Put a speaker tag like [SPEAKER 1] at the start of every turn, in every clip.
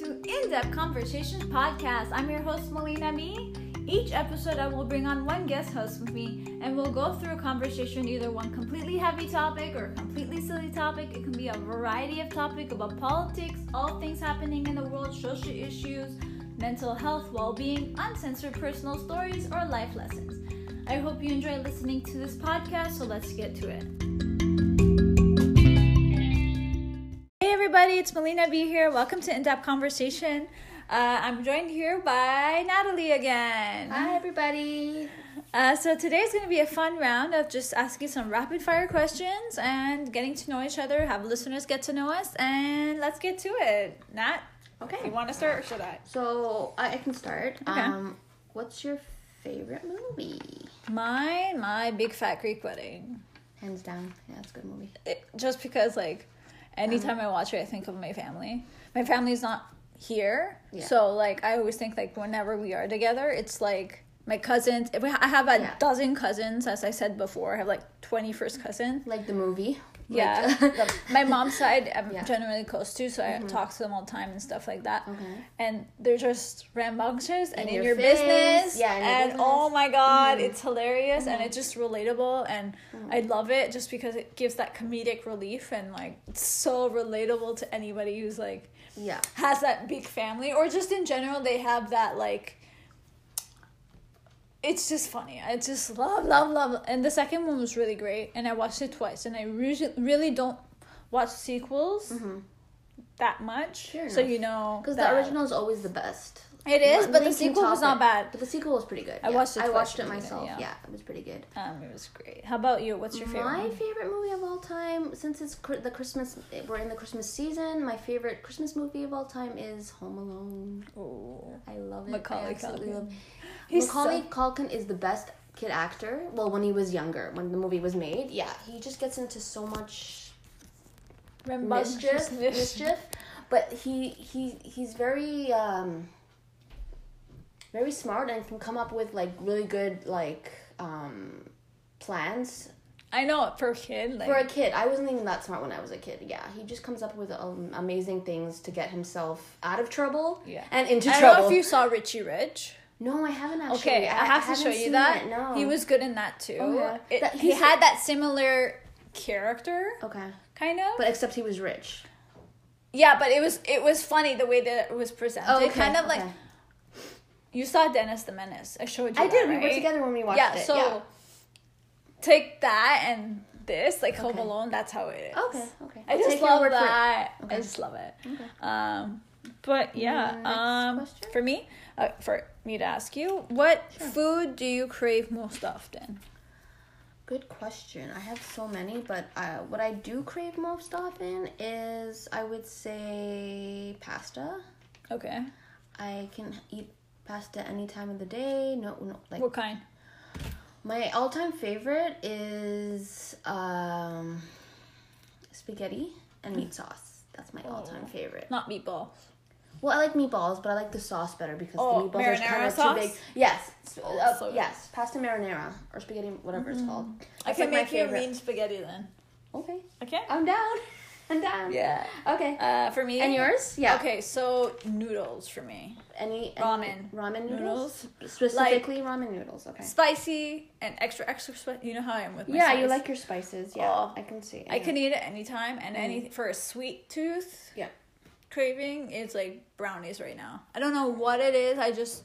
[SPEAKER 1] Step Conversations podcast. I'm your host, Melina Me. Each episode, I will bring on one guest host with me, and we'll go through a conversation either one completely heavy topic or a completely silly topic. It can be a variety of topic about politics, all things happening in the world, social issues, mental health, well being, uncensored personal stories, or life lessons. I hope you enjoy listening to this podcast, so let's get to it. Hey everybody, it's Melina B here. Welcome to In Depth Conversation. Uh, I'm joined here by Natalie again.
[SPEAKER 2] Hi, everybody.
[SPEAKER 1] Uh, so today's going to be a fun round of just asking some rapid fire questions and getting to know each other, have listeners get to know us, and let's get to it. Nat, you
[SPEAKER 2] Okay,
[SPEAKER 1] want to start or should I?
[SPEAKER 2] so I, I can start.
[SPEAKER 1] Okay.
[SPEAKER 2] Um, what's your favorite movie?
[SPEAKER 1] Mine, my Big Fat Greek Wedding.
[SPEAKER 2] Hands down. Yeah, it's a good movie.
[SPEAKER 1] It, just because, like, anytime
[SPEAKER 2] Um,
[SPEAKER 1] I watch it, I think of my family. My family's not here,
[SPEAKER 2] Yeah.
[SPEAKER 1] so like I always think like whenever we are together, it's like my cousins. if we- I have a
[SPEAKER 2] Yeah.
[SPEAKER 1] dozen cousins, as I said before. I have like twenty first cousins.
[SPEAKER 2] Like the movie.
[SPEAKER 1] Yeah,
[SPEAKER 2] Like-
[SPEAKER 1] the- my mom's side I'm
[SPEAKER 2] Yeah. Mm-hmm.
[SPEAKER 1] generally close to, so I talk to them all the time and stuff like that.
[SPEAKER 2] Okay.
[SPEAKER 1] And they're just rambunctious and in,
[SPEAKER 2] In
[SPEAKER 1] your,
[SPEAKER 2] your
[SPEAKER 1] business.
[SPEAKER 2] face. Yeah, in your
[SPEAKER 1] and
[SPEAKER 2] business. Mm-hmm.
[SPEAKER 1] oh my god, it's hilarious and it's just relatable and I love it just because it gives that comedic relief and like it's so relatable to anybody who's like
[SPEAKER 2] yeah.
[SPEAKER 1] has that big family or just in general they have that like it's just funny i just love love love and the second one was really great and i watched it twice and i really really don't watch sequels that much
[SPEAKER 2] Mm-hmm. Fair
[SPEAKER 1] so
[SPEAKER 2] enough.
[SPEAKER 1] you know
[SPEAKER 2] Because the original is always the best.
[SPEAKER 1] It is,
[SPEAKER 2] One-
[SPEAKER 1] but the
[SPEAKER 2] they can
[SPEAKER 1] sequel was not
[SPEAKER 2] top it,
[SPEAKER 1] bad.
[SPEAKER 2] But the sequel was pretty good.
[SPEAKER 1] I
[SPEAKER 2] yeah.
[SPEAKER 1] watched it
[SPEAKER 2] I
[SPEAKER 1] twice
[SPEAKER 2] watched it
[SPEAKER 1] and didn't-
[SPEAKER 2] myself.
[SPEAKER 1] yeah.
[SPEAKER 2] Yeah. it was pretty good.
[SPEAKER 1] um it was great how about you what's your favorite
[SPEAKER 2] My
[SPEAKER 1] one?
[SPEAKER 2] favorite movie of all time, since it's cr- the Christmas, we're in the Christmas season. My favorite Christmas movie of all time is Home Alone.
[SPEAKER 1] Ooh.
[SPEAKER 2] I love it.
[SPEAKER 1] Macaulay
[SPEAKER 2] I absolutely
[SPEAKER 1] Culkin.
[SPEAKER 2] love
[SPEAKER 1] He's
[SPEAKER 2] Macaulay
[SPEAKER 1] so-
[SPEAKER 2] Culkin is the best kid actor. Well, when he was younger, when the movie was made, yeah, he just gets into so much
[SPEAKER 1] Rambunctious
[SPEAKER 2] mischief, mischief. But he he he's very um, very smart and can come up with like really good like um, plans
[SPEAKER 1] i know for a kid like
[SPEAKER 2] for a kid. I wasn't even that smart when I was a kid. Yeah, he just comes up with um, amazing things to get himself out of trouble
[SPEAKER 1] Yeah.
[SPEAKER 2] and into
[SPEAKER 1] i don't know
[SPEAKER 2] trouble.
[SPEAKER 1] if you saw richie rich
[SPEAKER 2] No, I haven't actually.
[SPEAKER 1] Okay, I, have to show
[SPEAKER 2] haven't
[SPEAKER 1] you
[SPEAKER 2] seen
[SPEAKER 1] that.
[SPEAKER 2] it, No,
[SPEAKER 1] He was good in that too.
[SPEAKER 2] Oh, yeah.
[SPEAKER 1] It-
[SPEAKER 2] That-
[SPEAKER 1] he
[SPEAKER 2] he's-
[SPEAKER 1] had that similar character,
[SPEAKER 2] okay.
[SPEAKER 1] kind of.
[SPEAKER 2] But except he was rich.
[SPEAKER 1] yeah, but it was it was funny the way that it was presented. Oh, kind of like
[SPEAKER 2] Oh, okay.
[SPEAKER 1] you saw Dennis the Menace. I showed you.
[SPEAKER 2] I
[SPEAKER 1] that,
[SPEAKER 2] did. We
[SPEAKER 1] right?
[SPEAKER 2] were together when we watched
[SPEAKER 1] Yeah.
[SPEAKER 2] it.
[SPEAKER 1] So
[SPEAKER 2] yeah.
[SPEAKER 1] take that and this, like Home
[SPEAKER 2] Okay.
[SPEAKER 1] Alone. That's how it is.
[SPEAKER 2] Okay, okay.
[SPEAKER 1] I
[SPEAKER 2] I'll
[SPEAKER 1] just
[SPEAKER 2] take your
[SPEAKER 1] love
[SPEAKER 2] word for it.
[SPEAKER 1] that. I
[SPEAKER 2] Okay.
[SPEAKER 1] just love it. Um, but yeah.
[SPEAKER 2] Next
[SPEAKER 1] Um,
[SPEAKER 2] question?
[SPEAKER 1] for me, uh, for me to ask you, what food do you crave most often?
[SPEAKER 2] Good question. I have so many, but uh, what I do crave most often is I would say pasta.
[SPEAKER 1] Okay.
[SPEAKER 2] I can eat pasta any time of the day. No, no. Like
[SPEAKER 1] What kind?
[SPEAKER 2] my all-time favorite is um, spaghetti and
[SPEAKER 1] Mm.
[SPEAKER 2] meat sauce. That's my all-time favorite.
[SPEAKER 1] Not meatball.
[SPEAKER 2] Well, I like meatballs, but I like the sauce better because
[SPEAKER 1] Oh,
[SPEAKER 2] the meatballs are kind
[SPEAKER 1] marinara
[SPEAKER 2] of
[SPEAKER 1] sauce?
[SPEAKER 2] too big. Yes,
[SPEAKER 1] Oh,
[SPEAKER 2] Uh,
[SPEAKER 1] so- Mm-hmm.
[SPEAKER 2] yes, pasta marinara or spaghetti, whatever it's called.
[SPEAKER 1] I
[SPEAKER 2] That's,
[SPEAKER 1] can
[SPEAKER 2] like, my
[SPEAKER 1] make you a
[SPEAKER 2] favorite.
[SPEAKER 1] mean spaghetti then.
[SPEAKER 2] Okay,
[SPEAKER 1] Okay.
[SPEAKER 2] I'm down. I'm down.
[SPEAKER 1] Yeah.
[SPEAKER 2] Okay.
[SPEAKER 1] Uh, for me.
[SPEAKER 2] and yours? Yeah.
[SPEAKER 1] Okay, so noodles for me.
[SPEAKER 2] Any, any
[SPEAKER 1] Ramen.
[SPEAKER 2] Ramen
[SPEAKER 1] Noodles.
[SPEAKER 2] noodles. Specifically ramen noodles. Okay.
[SPEAKER 1] Spicy and extra extra spicy. You know how I am with my
[SPEAKER 2] Yeah,
[SPEAKER 1] spice.
[SPEAKER 2] you like your spices. Yeah,
[SPEAKER 1] Oh.
[SPEAKER 2] I can see.
[SPEAKER 1] I can eat it anytime, and any
[SPEAKER 2] Mm-hmm.
[SPEAKER 1] for a sweet tooth
[SPEAKER 2] Yeah.
[SPEAKER 1] craving, it's like brownies right now. I don't know what it is. I just,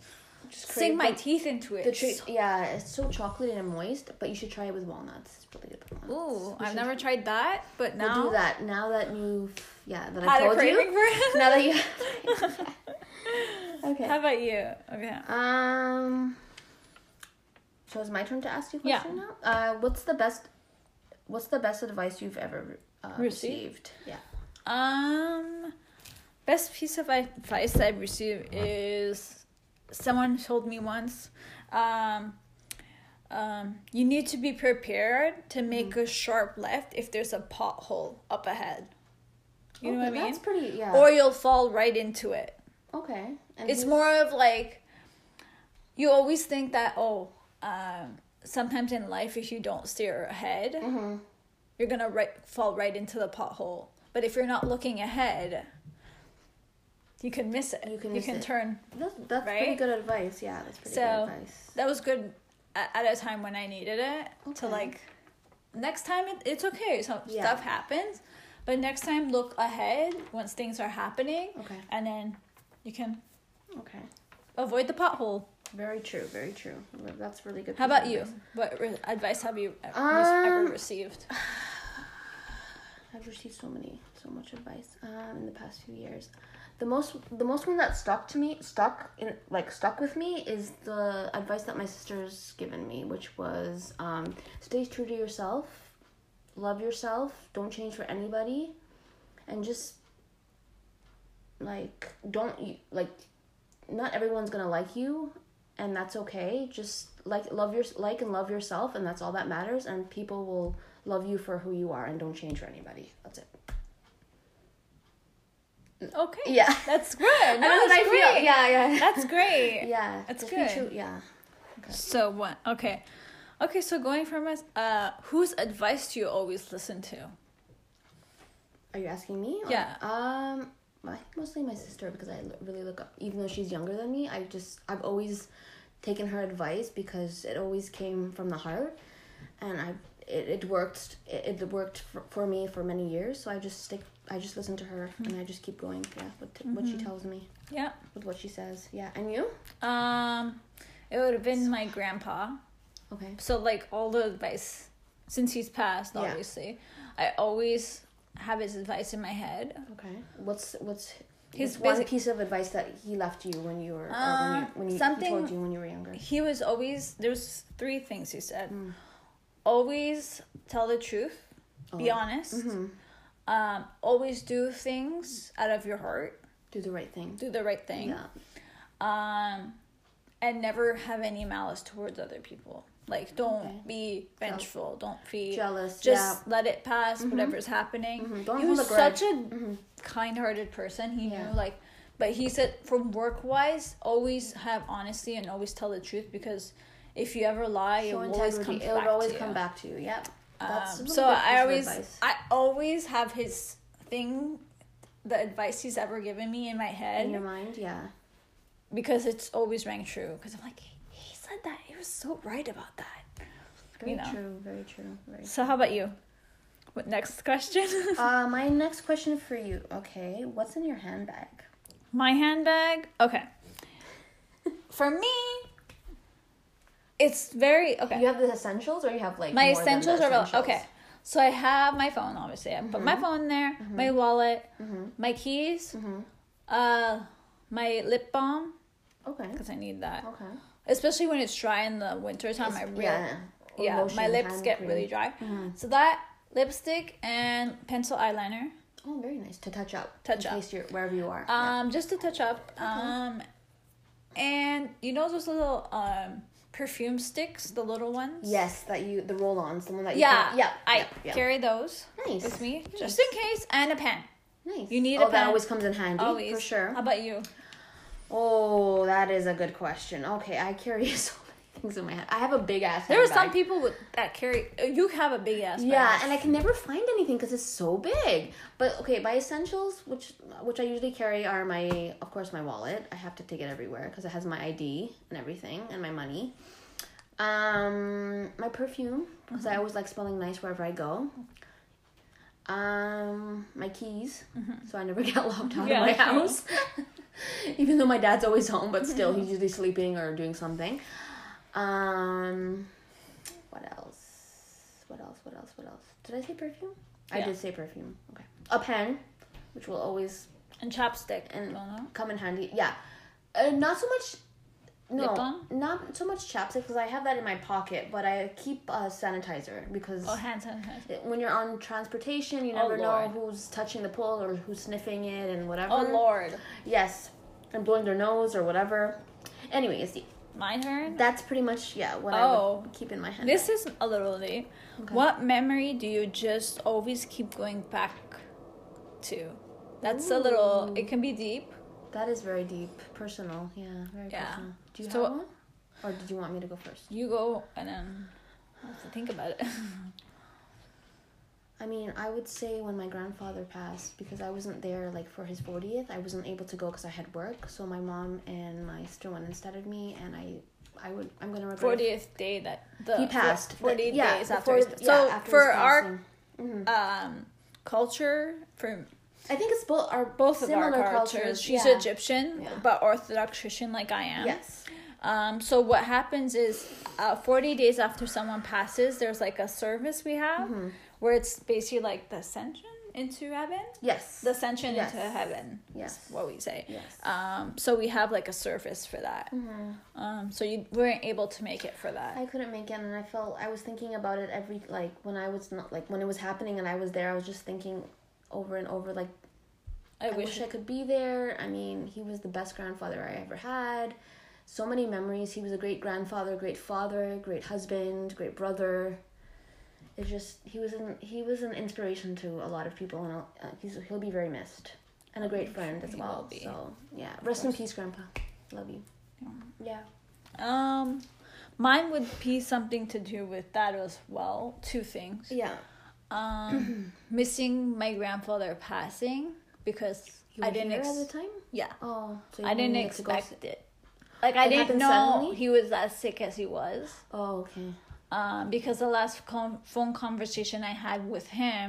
[SPEAKER 2] Just
[SPEAKER 1] sink
[SPEAKER 2] crave
[SPEAKER 1] my
[SPEAKER 2] the-
[SPEAKER 1] teeth into it.
[SPEAKER 2] The treat. Yeah, it's so chocolatey and moist, but you should try it with walnuts. It's really good. with walnuts.
[SPEAKER 1] Ooh,
[SPEAKER 2] We
[SPEAKER 1] I've
[SPEAKER 2] should-
[SPEAKER 1] never tried that, but
[SPEAKER 2] We'll
[SPEAKER 1] now
[SPEAKER 2] do that now that you. Yeah, that I
[SPEAKER 1] had a
[SPEAKER 2] told
[SPEAKER 1] craving
[SPEAKER 2] you.
[SPEAKER 1] for it.
[SPEAKER 2] now that you. okay.
[SPEAKER 1] How about you? Okay.
[SPEAKER 2] Um. So it's my turn to ask you a
[SPEAKER 1] Yeah.
[SPEAKER 2] question now. Uh, what's the best? What's the best advice you've ever uh,
[SPEAKER 1] Received?
[SPEAKER 2] received? Yeah.
[SPEAKER 1] Um, best piece of advice that I've received is someone told me once, um, um, you need to be prepared to make a sharp left if there's a pothole up ahead. You know what I
[SPEAKER 2] Okay,
[SPEAKER 1] mean?
[SPEAKER 2] Oh, That's pretty. Yeah.
[SPEAKER 1] Or you'll fall right into it.
[SPEAKER 2] okay. And
[SPEAKER 1] It's
[SPEAKER 2] who-
[SPEAKER 1] more of like you always think that oh, um, sometimes in life if you don't steer ahead,
[SPEAKER 2] Mm-hmm.
[SPEAKER 1] you're gonna right, fall right into the pothole. But if you're not looking ahead, you can miss it.
[SPEAKER 2] You can
[SPEAKER 1] you
[SPEAKER 2] miss
[SPEAKER 1] can
[SPEAKER 2] it.
[SPEAKER 1] turn.
[SPEAKER 2] That's that's pretty
[SPEAKER 1] Right?
[SPEAKER 2] good advice. Yeah, that's pretty
[SPEAKER 1] So-
[SPEAKER 2] good advice.
[SPEAKER 1] That was good at, at a time when I needed it to
[SPEAKER 2] Okay.
[SPEAKER 1] like. Next time it, it's okay. So
[SPEAKER 2] Yeah.
[SPEAKER 1] stuff happens, but next time look ahead once things are happening,
[SPEAKER 2] Okay.
[SPEAKER 1] and then you can
[SPEAKER 2] Okay.
[SPEAKER 1] avoid the pothole.
[SPEAKER 2] Very true. Very true. That's really good.
[SPEAKER 1] How about
[SPEAKER 2] piece
[SPEAKER 1] you?
[SPEAKER 2] of advice.
[SPEAKER 1] What re- advice have you e- re- ever
[SPEAKER 2] Mm-hmm. Um,
[SPEAKER 1] received?
[SPEAKER 2] I've received so many, so much advice um, in the past few years. The most, the most one that stuck to me, stuck in, like stuck with me, is the advice that my sister's given me, which was um, stay true to yourself, love yourself, don't change for anybody, and just like don't you like, not everyone's gonna like you, and that's okay. Just like love your like and love yourself, and that's all that matters. And people will love you for who you are, and don't change for anybody. That's it.
[SPEAKER 1] Okay.
[SPEAKER 2] Yeah.
[SPEAKER 1] That's good. No, that's great.
[SPEAKER 2] Yeah, yeah.
[SPEAKER 1] That's great.
[SPEAKER 2] yeah.
[SPEAKER 1] That's
[SPEAKER 2] just be
[SPEAKER 1] good.
[SPEAKER 2] true- Yeah.
[SPEAKER 1] So what? Okay. Okay, so going from us, uh, whose advice do you always listen to?
[SPEAKER 2] Are you asking me? or-
[SPEAKER 1] Yeah.
[SPEAKER 2] Um, I think mostly my sister because I l- really look up. Even though she's younger than me, I just I've always taken her advice because it always came from the heart, and I it, it worked it, it worked for, for me for many years. So I just stick. I just listen to her
[SPEAKER 1] Hmm.
[SPEAKER 2] and I just keep going. Yeah, with t- what
[SPEAKER 1] Mm-hmm.
[SPEAKER 2] she tells me,
[SPEAKER 1] Yeah.
[SPEAKER 2] with what she says. Yeah, and you?
[SPEAKER 1] Um, it would have been my grandpa.
[SPEAKER 2] Okay.
[SPEAKER 1] So like all the advice since he's passed,
[SPEAKER 2] Yeah.
[SPEAKER 1] obviously, I always have his advice in my head.
[SPEAKER 2] Okay. What's what's
[SPEAKER 1] His
[SPEAKER 2] his one
[SPEAKER 1] basic-
[SPEAKER 2] piece of advice that he left you when you were or when
[SPEAKER 1] Um,
[SPEAKER 2] you, when you,
[SPEAKER 1] something-
[SPEAKER 2] he told you when you were younger?
[SPEAKER 1] He was always there's three things he said. Always tell the truth. Be honest. Um, always do things out of your heart.
[SPEAKER 2] Do the right thing.
[SPEAKER 1] Do the right thing.
[SPEAKER 2] Yeah.
[SPEAKER 1] um and never have any malice towards other people like don't
[SPEAKER 2] Okay.
[SPEAKER 1] be vengeful don't be
[SPEAKER 2] Jealous,
[SPEAKER 1] just let it pass whatever's happening
[SPEAKER 2] Mm-hmm. Don't
[SPEAKER 1] he
[SPEAKER 2] hold
[SPEAKER 1] was
[SPEAKER 2] a grudge.
[SPEAKER 1] such a
[SPEAKER 2] Mm-hmm.
[SPEAKER 1] kind-hearted person he
[SPEAKER 2] Yeah.
[SPEAKER 1] knew like but he said from work wise always have honesty and always tell the truth because if you ever lie it
[SPEAKER 2] Show
[SPEAKER 1] will always
[SPEAKER 2] integrity.
[SPEAKER 1] come
[SPEAKER 2] It'll
[SPEAKER 1] back
[SPEAKER 2] always
[SPEAKER 1] to
[SPEAKER 2] come
[SPEAKER 1] you.
[SPEAKER 2] back to you. Yep. a
[SPEAKER 1] Um,
[SPEAKER 2] really
[SPEAKER 1] so
[SPEAKER 2] good piece
[SPEAKER 1] I
[SPEAKER 2] of
[SPEAKER 1] always
[SPEAKER 2] advice.
[SPEAKER 1] I always have his thing the advice he's ever given me in my head
[SPEAKER 2] in your mind, yeah.
[SPEAKER 1] because it's always rang true. Because I'm like, he said that. He was so right about that.
[SPEAKER 2] Very
[SPEAKER 1] know.
[SPEAKER 2] true. Very true. Very.
[SPEAKER 1] So how about you? What next question?
[SPEAKER 2] uh, my next question for you. Okay, what's in your handbag?
[SPEAKER 1] My handbag. Okay. For me, it's very okay.
[SPEAKER 2] You have the essentials, or you have like
[SPEAKER 1] my
[SPEAKER 2] more than the
[SPEAKER 1] essentials are about
[SPEAKER 2] essentials? Mm-hmm.
[SPEAKER 1] okay. So I have my phone, obviously. I put my phone there, my wallet, my keys, uh, my lip balm
[SPEAKER 2] Okay.
[SPEAKER 1] because I need that,
[SPEAKER 2] Okay.
[SPEAKER 1] especially when it's dry in the winter time. I really
[SPEAKER 2] Oh. yeah. Or
[SPEAKER 1] yeah, my
[SPEAKER 2] lotion,
[SPEAKER 1] lips
[SPEAKER 2] hand
[SPEAKER 1] get
[SPEAKER 2] cream. Uh-huh.
[SPEAKER 1] really dry. So that lipstick and pencil eyeliner,
[SPEAKER 2] Oh, very nice to touch up.
[SPEAKER 1] Touch
[SPEAKER 2] in
[SPEAKER 1] up.
[SPEAKER 2] Case you're wherever you are. Yeah.
[SPEAKER 1] um, just to touch up. Um, and you know those little um perfume sticks, the little ones.
[SPEAKER 2] Yes, that you the roll-ons, the one that you
[SPEAKER 1] Yeah.
[SPEAKER 2] can, yeah,
[SPEAKER 1] I
[SPEAKER 2] yeah, yeah.
[SPEAKER 1] carry those
[SPEAKER 2] Nice.
[SPEAKER 1] with me just in case, and a pen.
[SPEAKER 2] Nice.
[SPEAKER 1] You need
[SPEAKER 2] oh,
[SPEAKER 1] a
[SPEAKER 2] that
[SPEAKER 1] pen.
[SPEAKER 2] always comes in handy
[SPEAKER 1] Always. Um,
[SPEAKER 2] for sure.
[SPEAKER 1] How about you?
[SPEAKER 2] Oh, that is a good question. Okay, I carry so many things in my head. I have a big ass.
[SPEAKER 1] There are some
[SPEAKER 2] handbag.
[SPEAKER 1] people with that carry. uh, You have a big ass.
[SPEAKER 2] Yeah,
[SPEAKER 1] bag.
[SPEAKER 2] and I can never find anything because it's so big. But okay, my essentials, which which I usually carry, are my of course my wallet. I have to take it everywhere because it has my ID and everything and my money. Um, my perfume because I always like smelling nice wherever I go. Um, my keys, so I never get locked out
[SPEAKER 1] Yeah.
[SPEAKER 2] of my house. Even though my dad's always home, but still he's usually sleeping or doing something. Um, what else? What else? What else? What else? Did I say perfume? I
[SPEAKER 1] Yeah.
[SPEAKER 2] did say perfume. Okay. A pen, which will always
[SPEAKER 1] and chapstick. Don't
[SPEAKER 2] and
[SPEAKER 1] know.
[SPEAKER 2] come in handy. Yeah. Uh, not so much. No,
[SPEAKER 1] Lip balm?
[SPEAKER 2] not so much chapstick because I have that in my pocket, but I keep uh, sanitizer because
[SPEAKER 1] Oh, hand sanitizer.
[SPEAKER 2] when you're on transportation, you never
[SPEAKER 1] Lord.
[SPEAKER 2] know who's touching the pole or who's sniffing it and whatever.
[SPEAKER 1] Oh Lord,
[SPEAKER 2] Yes, and blowing their nose or whatever. Anyway, you see,
[SPEAKER 1] my turn.
[SPEAKER 2] that's pretty much yeah what I
[SPEAKER 1] Oh.
[SPEAKER 2] would keep in my hand.
[SPEAKER 1] This is a little late. What memory do you just always keep going back to? That's a little. It can be deep.
[SPEAKER 2] That is very deep, personal. Yeah, very
[SPEAKER 1] Yeah.
[SPEAKER 2] personal. Do you
[SPEAKER 1] So-
[SPEAKER 2] have one, or did you want me to go first?
[SPEAKER 1] You go and then I have to think about it.
[SPEAKER 2] I mean, I would say when my grandfather passed, because I wasn't there like for his 40th, I wasn't able to go because I had work. So my mom and my sister went instead of me, and I, I would, I'm gonna regret. it.
[SPEAKER 1] Fortieth day that the
[SPEAKER 2] He passed.
[SPEAKER 1] uh, Forty
[SPEAKER 2] The- yeah,
[SPEAKER 1] days
[SPEAKER 2] the
[SPEAKER 1] after.
[SPEAKER 2] 40th
[SPEAKER 1] his-
[SPEAKER 2] yeah,
[SPEAKER 1] so
[SPEAKER 2] after
[SPEAKER 1] for
[SPEAKER 2] his
[SPEAKER 1] our
[SPEAKER 2] passing. Mhm.
[SPEAKER 1] um, culture, for
[SPEAKER 2] I think it's both our
[SPEAKER 1] both of
[SPEAKER 2] similar
[SPEAKER 1] our cultures, she's
[SPEAKER 2] yeah.
[SPEAKER 1] Egyptian,
[SPEAKER 2] Yeah.
[SPEAKER 1] but Orthodox Christian like I am.
[SPEAKER 2] Yes.
[SPEAKER 1] Um, so what happens is, uh, forty days after someone passes, there's like a service we have
[SPEAKER 2] Mm-hmm.
[SPEAKER 1] where it's basically like the ascension into heaven,
[SPEAKER 2] Yes.
[SPEAKER 1] the ascension
[SPEAKER 2] Yes.
[SPEAKER 1] into heaven. is
[SPEAKER 2] Yes.
[SPEAKER 1] what we say.
[SPEAKER 2] Yes. Mm-hmm.
[SPEAKER 1] Um, so we have like a service for that. Um, so you weren't able to make it for that.
[SPEAKER 2] I couldn't make it, and I felt I was thinking about it every like when I was not like when it was happening, and I was there. I was just thinking over and over like
[SPEAKER 1] I,
[SPEAKER 2] I wish I could be there. I mean, he was the best grandfather I ever had. So many memories. He was a great grandfather, great father, great husband, great brother. It's just he was an he was an inspiration to a lot of people, and I'll- uh, he's he'll be very missed, and a great friend as
[SPEAKER 1] He will
[SPEAKER 2] well.
[SPEAKER 1] be.
[SPEAKER 2] So yeah, rest in peace, Grandpa. Love you.
[SPEAKER 1] Yeah.
[SPEAKER 2] Yeah.
[SPEAKER 1] Um, mine would be something to do with that as well. Two things.
[SPEAKER 2] Yeah.
[SPEAKER 1] Um, missing my grandfather passing because
[SPEAKER 2] You
[SPEAKER 1] I
[SPEAKER 2] were
[SPEAKER 1] didn't.
[SPEAKER 2] here
[SPEAKER 1] Ex-
[SPEAKER 2] at the time.
[SPEAKER 1] yeah,
[SPEAKER 2] Oh, so
[SPEAKER 1] I didn't
[SPEAKER 2] get to go
[SPEAKER 1] expect
[SPEAKER 2] see-
[SPEAKER 1] it. Like I
[SPEAKER 2] It
[SPEAKER 1] didn't
[SPEAKER 2] happened
[SPEAKER 1] know
[SPEAKER 2] suddenly?
[SPEAKER 1] he was as sick as he was.
[SPEAKER 2] Oh, okay.
[SPEAKER 1] Um, because the last com- phone conversation I had with him.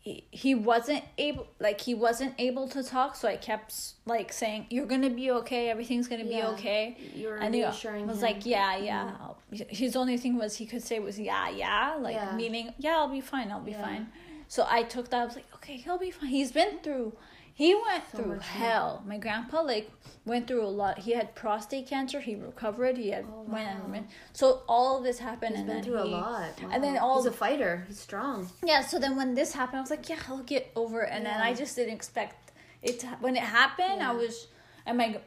[SPEAKER 1] He, he wasn't able like he wasn't able to talk so i kept like saying you're gonna be okay everything's gonna
[SPEAKER 2] Yeah.
[SPEAKER 1] be okay
[SPEAKER 2] You're
[SPEAKER 1] and he was
[SPEAKER 2] reassuring him. Mm-hmm.
[SPEAKER 1] like, yeah, yeah. I'll- His only thing was he could say was yeah, yeah, like
[SPEAKER 2] Yeah.
[SPEAKER 1] meaning yeah, I'll be fine, I'll be
[SPEAKER 2] Yeah.
[SPEAKER 1] fine. So I took that. I was like, okay, he'll be fine. He's been through. He went
[SPEAKER 2] So
[SPEAKER 1] through
[SPEAKER 2] much, yeah.
[SPEAKER 1] hell. My grandpa like went through a lot. He had prostate cancer. He recovered. He had
[SPEAKER 2] Oh,
[SPEAKER 1] went and
[SPEAKER 2] wow.
[SPEAKER 1] went. So all of this happened.
[SPEAKER 2] He's
[SPEAKER 1] and
[SPEAKER 2] been
[SPEAKER 1] then
[SPEAKER 2] through a
[SPEAKER 1] he-
[SPEAKER 2] lot.
[SPEAKER 1] And then
[SPEAKER 2] Wow.
[SPEAKER 1] all
[SPEAKER 2] he's a fighter. He's strong.
[SPEAKER 1] yeah. So then when this happened, I was like, yeah, I'll get over. it. And then
[SPEAKER 2] Yeah.
[SPEAKER 1] I just didn't expect it. To, when it happened, I
[SPEAKER 2] Yeah.
[SPEAKER 1] was, and my,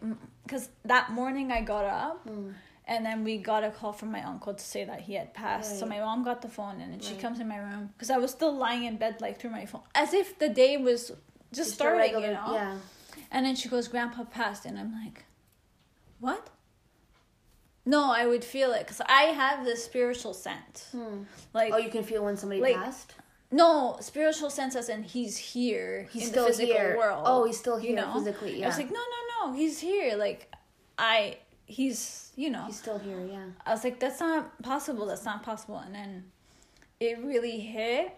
[SPEAKER 1] because that morning I got up,
[SPEAKER 2] Hmm.
[SPEAKER 1] and then we got a call from my uncle to say that he had passed. So my
[SPEAKER 2] Right.
[SPEAKER 1] mom got the phone, and then she
[SPEAKER 2] Right.
[SPEAKER 1] comes in my room because I was still lying in bed like through my phone, as if the day was just,
[SPEAKER 2] Just a
[SPEAKER 1] starting,
[SPEAKER 2] regular-
[SPEAKER 1] you know.
[SPEAKER 2] Yeah.
[SPEAKER 1] And then she goes, Grandpa passed. And I'm like, what? No, I would feel it because I have this spiritual scent. Like,
[SPEAKER 2] Oh, you can feel when somebody
[SPEAKER 1] Like-
[SPEAKER 2] passed.
[SPEAKER 1] no, spiritual sense as in he's here.
[SPEAKER 2] He's
[SPEAKER 1] in
[SPEAKER 2] still
[SPEAKER 1] the physical
[SPEAKER 2] here.
[SPEAKER 1] world.
[SPEAKER 2] Oh, he's still
[SPEAKER 1] you
[SPEAKER 2] here
[SPEAKER 1] know?
[SPEAKER 2] physically,
[SPEAKER 1] I was
[SPEAKER 2] yeah.
[SPEAKER 1] like, no, no, no, he's here. Like, I, he's, you know.
[SPEAKER 2] He's still here. Yeah.
[SPEAKER 1] I was like, that's not possible. That's not possible. And then it really hit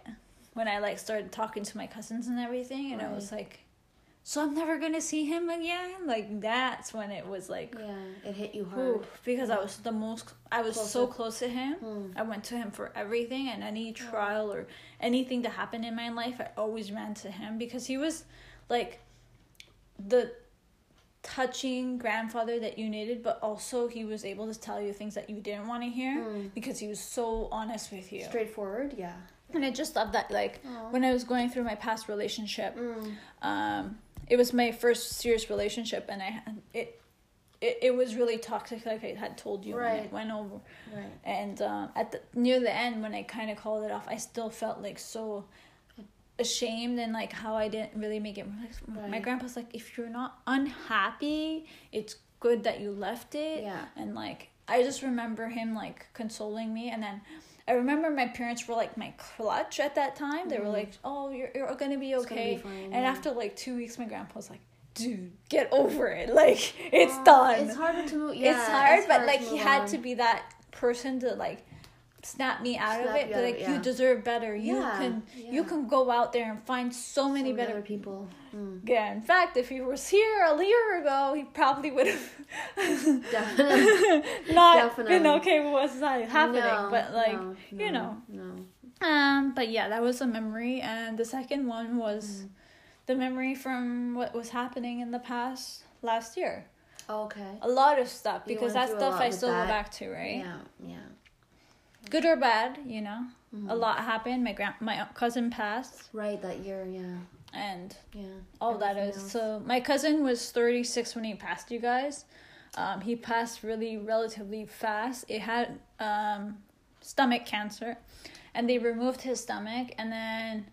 [SPEAKER 1] when I like started talking to my cousins and everything, and I was like, so I'm never gonna see him again. Like that's when it was like.
[SPEAKER 2] Yeah. It hit you hard.
[SPEAKER 1] Ooh, because I was the most, I was so
[SPEAKER 2] Closer.
[SPEAKER 1] close to him. I went to him for everything and any trial or anything that happened in my life, I always ran to him because he was like the touching grandfather that you needed, but also he was able to tell you things that you didn't want to hear
[SPEAKER 2] Hmm.
[SPEAKER 1] because he was so honest with you.
[SPEAKER 2] Mm. Straightforward. Yeah.
[SPEAKER 1] And I just love that. Like when I was going through my past relationship, um, it was my first serious relationship, and I had- it, it it was really toxic. Like I had told you, and it
[SPEAKER 2] Right.
[SPEAKER 1] went over.
[SPEAKER 2] Right.
[SPEAKER 1] And um, at the, near the end, when I kind of called it off, I still felt like so ashamed and like how I didn't really make it. Like, My
[SPEAKER 2] Right.
[SPEAKER 1] grandpa's like, if you're not unhappy, it's good that you left it.
[SPEAKER 2] Yeah.
[SPEAKER 1] And like, I just remember him like consoling me, and then. I remember my parents were like my clutch at that time. They were like, "Oh, you're you're gonna be
[SPEAKER 2] Mm-hmm. gonna be
[SPEAKER 1] okay."
[SPEAKER 2] fine,
[SPEAKER 1] and
[SPEAKER 2] yeah.
[SPEAKER 1] after like two weeks, my grandpa was like, "Dude, get over it. Like, it's
[SPEAKER 2] Uh,
[SPEAKER 1] done."
[SPEAKER 2] It's harder to move. Yeah.
[SPEAKER 1] it's hard, but like
[SPEAKER 2] to
[SPEAKER 1] he
[SPEAKER 2] move
[SPEAKER 1] had
[SPEAKER 2] on.
[SPEAKER 1] to be that person to like snap me out of
[SPEAKER 2] Snap
[SPEAKER 1] it.
[SPEAKER 2] you
[SPEAKER 1] Be
[SPEAKER 2] out of
[SPEAKER 1] like
[SPEAKER 2] it,
[SPEAKER 1] you
[SPEAKER 2] yeah.
[SPEAKER 1] deserve better. You
[SPEAKER 2] Yeah,
[SPEAKER 1] can you
[SPEAKER 2] yeah.
[SPEAKER 1] can go out there and find so many
[SPEAKER 2] So many
[SPEAKER 1] better
[SPEAKER 2] other
[SPEAKER 1] people.
[SPEAKER 2] people. Mm.
[SPEAKER 1] Yeah, in fact, if he was here a year ago, he probably would have
[SPEAKER 2] Definitely.
[SPEAKER 1] not been
[SPEAKER 2] Definitely.
[SPEAKER 1] okay with what's not happening.
[SPEAKER 2] No,
[SPEAKER 1] but like
[SPEAKER 2] no,
[SPEAKER 1] you
[SPEAKER 2] no,
[SPEAKER 1] know,
[SPEAKER 2] No.
[SPEAKER 1] um. But yeah, that was a memory, and the second one was
[SPEAKER 2] Mm.
[SPEAKER 1] the memory from what was happening in the past last year.
[SPEAKER 2] Oh, Okay.
[SPEAKER 1] A lot of stuff
[SPEAKER 2] You
[SPEAKER 1] because
[SPEAKER 2] went
[SPEAKER 1] that
[SPEAKER 2] through a
[SPEAKER 1] stuff
[SPEAKER 2] lot
[SPEAKER 1] I
[SPEAKER 2] with
[SPEAKER 1] still go
[SPEAKER 2] that.
[SPEAKER 1] back to, right?
[SPEAKER 2] Yeah. Yeah.
[SPEAKER 1] good or bad, you know.
[SPEAKER 2] Mm-hmm.
[SPEAKER 1] A lot happened. My grand, my cousin passed,
[SPEAKER 2] Right. That year. Yeah.
[SPEAKER 1] and
[SPEAKER 2] Yeah.
[SPEAKER 1] all that
[SPEAKER 2] Everything
[SPEAKER 1] is.
[SPEAKER 2] else.
[SPEAKER 1] So my cousin was thirty six when he passed. You guys, um, he passed really relatively fast. It had um, stomach cancer, and they removed his stomach, and then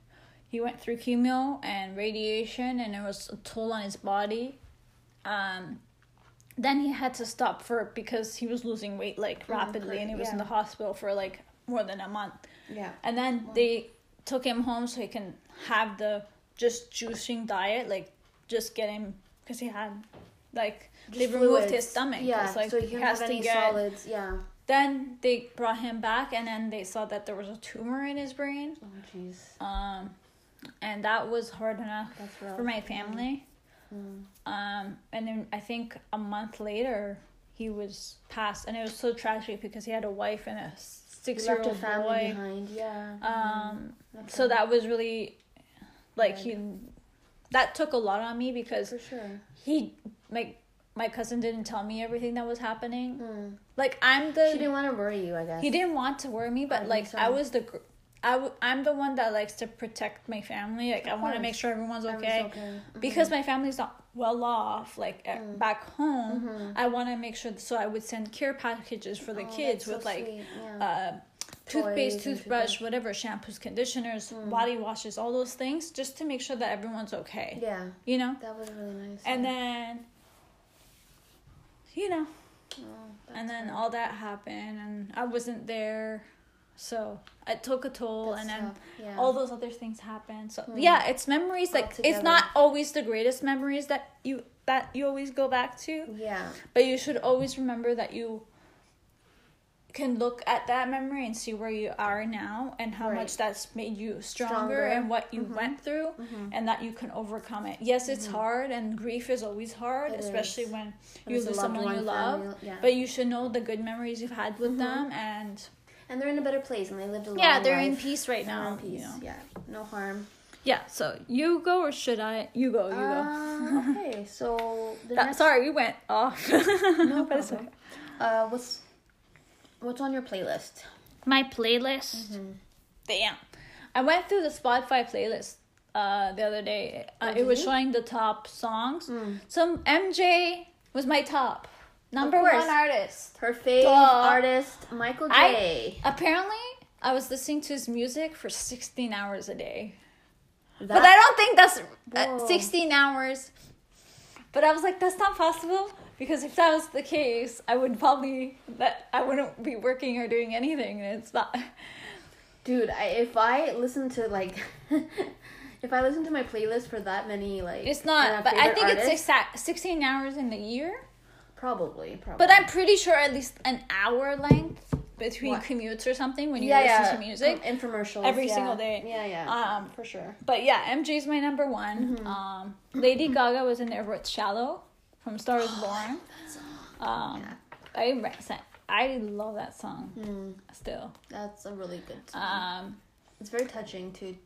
[SPEAKER 1] he went through chemo and radiation, and it was a toll on his body. Um, then he had to stop for because he was losing weight like rapidly,
[SPEAKER 2] Oh, cra-
[SPEAKER 1] and he was in
[SPEAKER 2] yeah.
[SPEAKER 1] the hospital for like more than a month.
[SPEAKER 2] Yeah.
[SPEAKER 1] And then they took him home so he can have the just juicing diet, like just get him because he had like they
[SPEAKER 2] Just
[SPEAKER 1] removed his
[SPEAKER 2] fluids.
[SPEAKER 1] stomach.
[SPEAKER 2] Yeah.
[SPEAKER 1] It's like
[SPEAKER 2] so you
[SPEAKER 1] he
[SPEAKER 2] can't
[SPEAKER 1] has
[SPEAKER 2] have
[SPEAKER 1] to
[SPEAKER 2] any
[SPEAKER 1] get.
[SPEAKER 2] solids. Yeah.
[SPEAKER 1] Then they brought him back, and then they saw that there was a tumor in his brain.
[SPEAKER 2] Oh jeez.
[SPEAKER 1] Um, and that was hard enough
[SPEAKER 2] That's rough.
[SPEAKER 1] for my family.
[SPEAKER 2] Mm.
[SPEAKER 1] Um, and then I think a month later he was passed, and it was so tragic because he had a wife and a
[SPEAKER 2] You
[SPEAKER 1] six-year-old
[SPEAKER 2] left
[SPEAKER 1] boy.
[SPEAKER 2] a family behind. Yeah. Hmm.
[SPEAKER 1] Um,
[SPEAKER 2] That's
[SPEAKER 1] so
[SPEAKER 2] rough.
[SPEAKER 1] that was really, like
[SPEAKER 2] Hard.
[SPEAKER 1] he, that took a lot on me because
[SPEAKER 2] for sure.
[SPEAKER 1] he, my my cousin didn't tell me everything that was happening.
[SPEAKER 2] Mm.
[SPEAKER 1] Like I'm
[SPEAKER 2] She
[SPEAKER 1] the
[SPEAKER 2] didn't want to worry you. I guess.
[SPEAKER 1] he didn't want to worry me,
[SPEAKER 2] I
[SPEAKER 1] but
[SPEAKER 2] think
[SPEAKER 1] like
[SPEAKER 2] so.
[SPEAKER 1] I was the, gr- I w- I'm the one that likes to protect my family. Like I
[SPEAKER 2] Of
[SPEAKER 1] want to make
[SPEAKER 2] course.
[SPEAKER 1] sure everyone's
[SPEAKER 2] That was
[SPEAKER 1] okay.
[SPEAKER 2] okay. Mm-hmm.
[SPEAKER 1] Because my family's not well off, like at-
[SPEAKER 2] Mm.
[SPEAKER 1] back home,
[SPEAKER 2] Mhm.
[SPEAKER 1] I want to make sure. So I would send care packages for the
[SPEAKER 2] Oh,
[SPEAKER 1] kids
[SPEAKER 2] that's so
[SPEAKER 1] with like
[SPEAKER 2] sweet, yeah.
[SPEAKER 1] uh,
[SPEAKER 2] Toys
[SPEAKER 1] toothpaste,
[SPEAKER 2] and
[SPEAKER 1] toothbrush,
[SPEAKER 2] toothpaste.
[SPEAKER 1] whatever, shampoos, conditioners,
[SPEAKER 2] Mm.
[SPEAKER 1] body washes, all those things, just to make sure that everyone's okay.
[SPEAKER 2] yeah,
[SPEAKER 1] You know,
[SPEAKER 2] that was really nice.
[SPEAKER 1] and
[SPEAKER 2] yeah.
[SPEAKER 1] then, you know,
[SPEAKER 2] Oh,
[SPEAKER 1] and
[SPEAKER 2] that's
[SPEAKER 1] then
[SPEAKER 2] hard.
[SPEAKER 1] all that happened, and I wasn't there, so it took a toll,
[SPEAKER 2] That's
[SPEAKER 1] and then.
[SPEAKER 2] tough, yeah.
[SPEAKER 1] All those other things happened. So
[SPEAKER 2] Mm.
[SPEAKER 1] yeah, it's memories. Like it's
[SPEAKER 2] Altogether.
[SPEAKER 1] not always the greatest memories that you that you always go back to.
[SPEAKER 2] yeah,
[SPEAKER 1] But you should always remember that you can look at that memory and see where you are now and how
[SPEAKER 2] Right.
[SPEAKER 1] much that's made you stronger,
[SPEAKER 2] Stronger.
[SPEAKER 1] and what you
[SPEAKER 2] Mhm.
[SPEAKER 1] went through and that you can overcome it. Yes, it's
[SPEAKER 2] Mhm.
[SPEAKER 1] hard and grief is always hard,
[SPEAKER 2] It
[SPEAKER 1] especially
[SPEAKER 2] is.
[SPEAKER 1] when
[SPEAKER 2] When
[SPEAKER 1] you
[SPEAKER 2] it's a
[SPEAKER 1] lose
[SPEAKER 2] loved
[SPEAKER 1] someone you
[SPEAKER 2] one,
[SPEAKER 1] love.
[SPEAKER 2] family, yeah.
[SPEAKER 1] But you should know the good memories you've had with
[SPEAKER 2] Mhm.
[SPEAKER 1] them and
[SPEAKER 2] and they're in a better place, and they lived a long
[SPEAKER 1] yeah, they're in
[SPEAKER 2] life.
[SPEAKER 1] peace right
[SPEAKER 2] They're
[SPEAKER 1] now.
[SPEAKER 2] in peace.
[SPEAKER 1] You know?
[SPEAKER 2] Um, Yeah, no harm.
[SPEAKER 1] Yeah, so you go or should I? You go,
[SPEAKER 2] Oh,
[SPEAKER 1] you go.
[SPEAKER 2] Uh, okay, so the
[SPEAKER 1] That-
[SPEAKER 2] next,
[SPEAKER 1] sorry, we went off.
[SPEAKER 2] no
[SPEAKER 1] But it's okay.
[SPEAKER 2] problem. Uh, what's what's on your playlist?
[SPEAKER 1] My playlist. Damn. Mm-hmm. I went through the Spotify playlist uh, the other day.
[SPEAKER 2] Oh,
[SPEAKER 1] Uh, it
[SPEAKER 2] did
[SPEAKER 1] was
[SPEAKER 2] you?
[SPEAKER 1] showing the top songs.
[SPEAKER 2] Mm.
[SPEAKER 1] So MJ was my top number
[SPEAKER 2] course.
[SPEAKER 1] one artist.
[SPEAKER 2] Her fave
[SPEAKER 1] Duh.
[SPEAKER 2] artist Michael
[SPEAKER 1] I-
[SPEAKER 2] J.
[SPEAKER 1] Apparently, I was listening to his music for 16 hours a day.
[SPEAKER 2] That-
[SPEAKER 1] but I don't think that's uh,
[SPEAKER 2] Whoa.
[SPEAKER 1] 16 hours. But I was like, that's not possible because if that was the case, I would probably that I wouldn't be working or doing anything, and it's not.
[SPEAKER 2] dude, I, if I listen to like. If I listen to my playlist for that many, like
[SPEAKER 1] It's not.
[SPEAKER 2] uh,
[SPEAKER 1] But I
[SPEAKER 2] favorite
[SPEAKER 1] think it's
[SPEAKER 2] artists,
[SPEAKER 1] exact 16 hours in the year.
[SPEAKER 2] probably, probably.
[SPEAKER 1] But I'm pretty sure at least an hour length between
[SPEAKER 2] What?
[SPEAKER 1] commutes or something when you listen to music.
[SPEAKER 2] Um, infomercials
[SPEAKER 1] every
[SPEAKER 2] yeah.
[SPEAKER 1] single day.
[SPEAKER 2] Yeah, yeah,
[SPEAKER 1] Um,
[SPEAKER 2] for sure.
[SPEAKER 1] but yeah, MJ's my number one.
[SPEAKER 2] Mm-hmm.
[SPEAKER 1] Um, Lady Gaga was in there with "Shallow" from *Star Is Born*. Um,
[SPEAKER 2] Yeah.
[SPEAKER 1] I re- I love that song
[SPEAKER 2] Hmm.
[SPEAKER 1] still.
[SPEAKER 2] That's a really good. Song.
[SPEAKER 1] Um,
[SPEAKER 2] it's very touching too.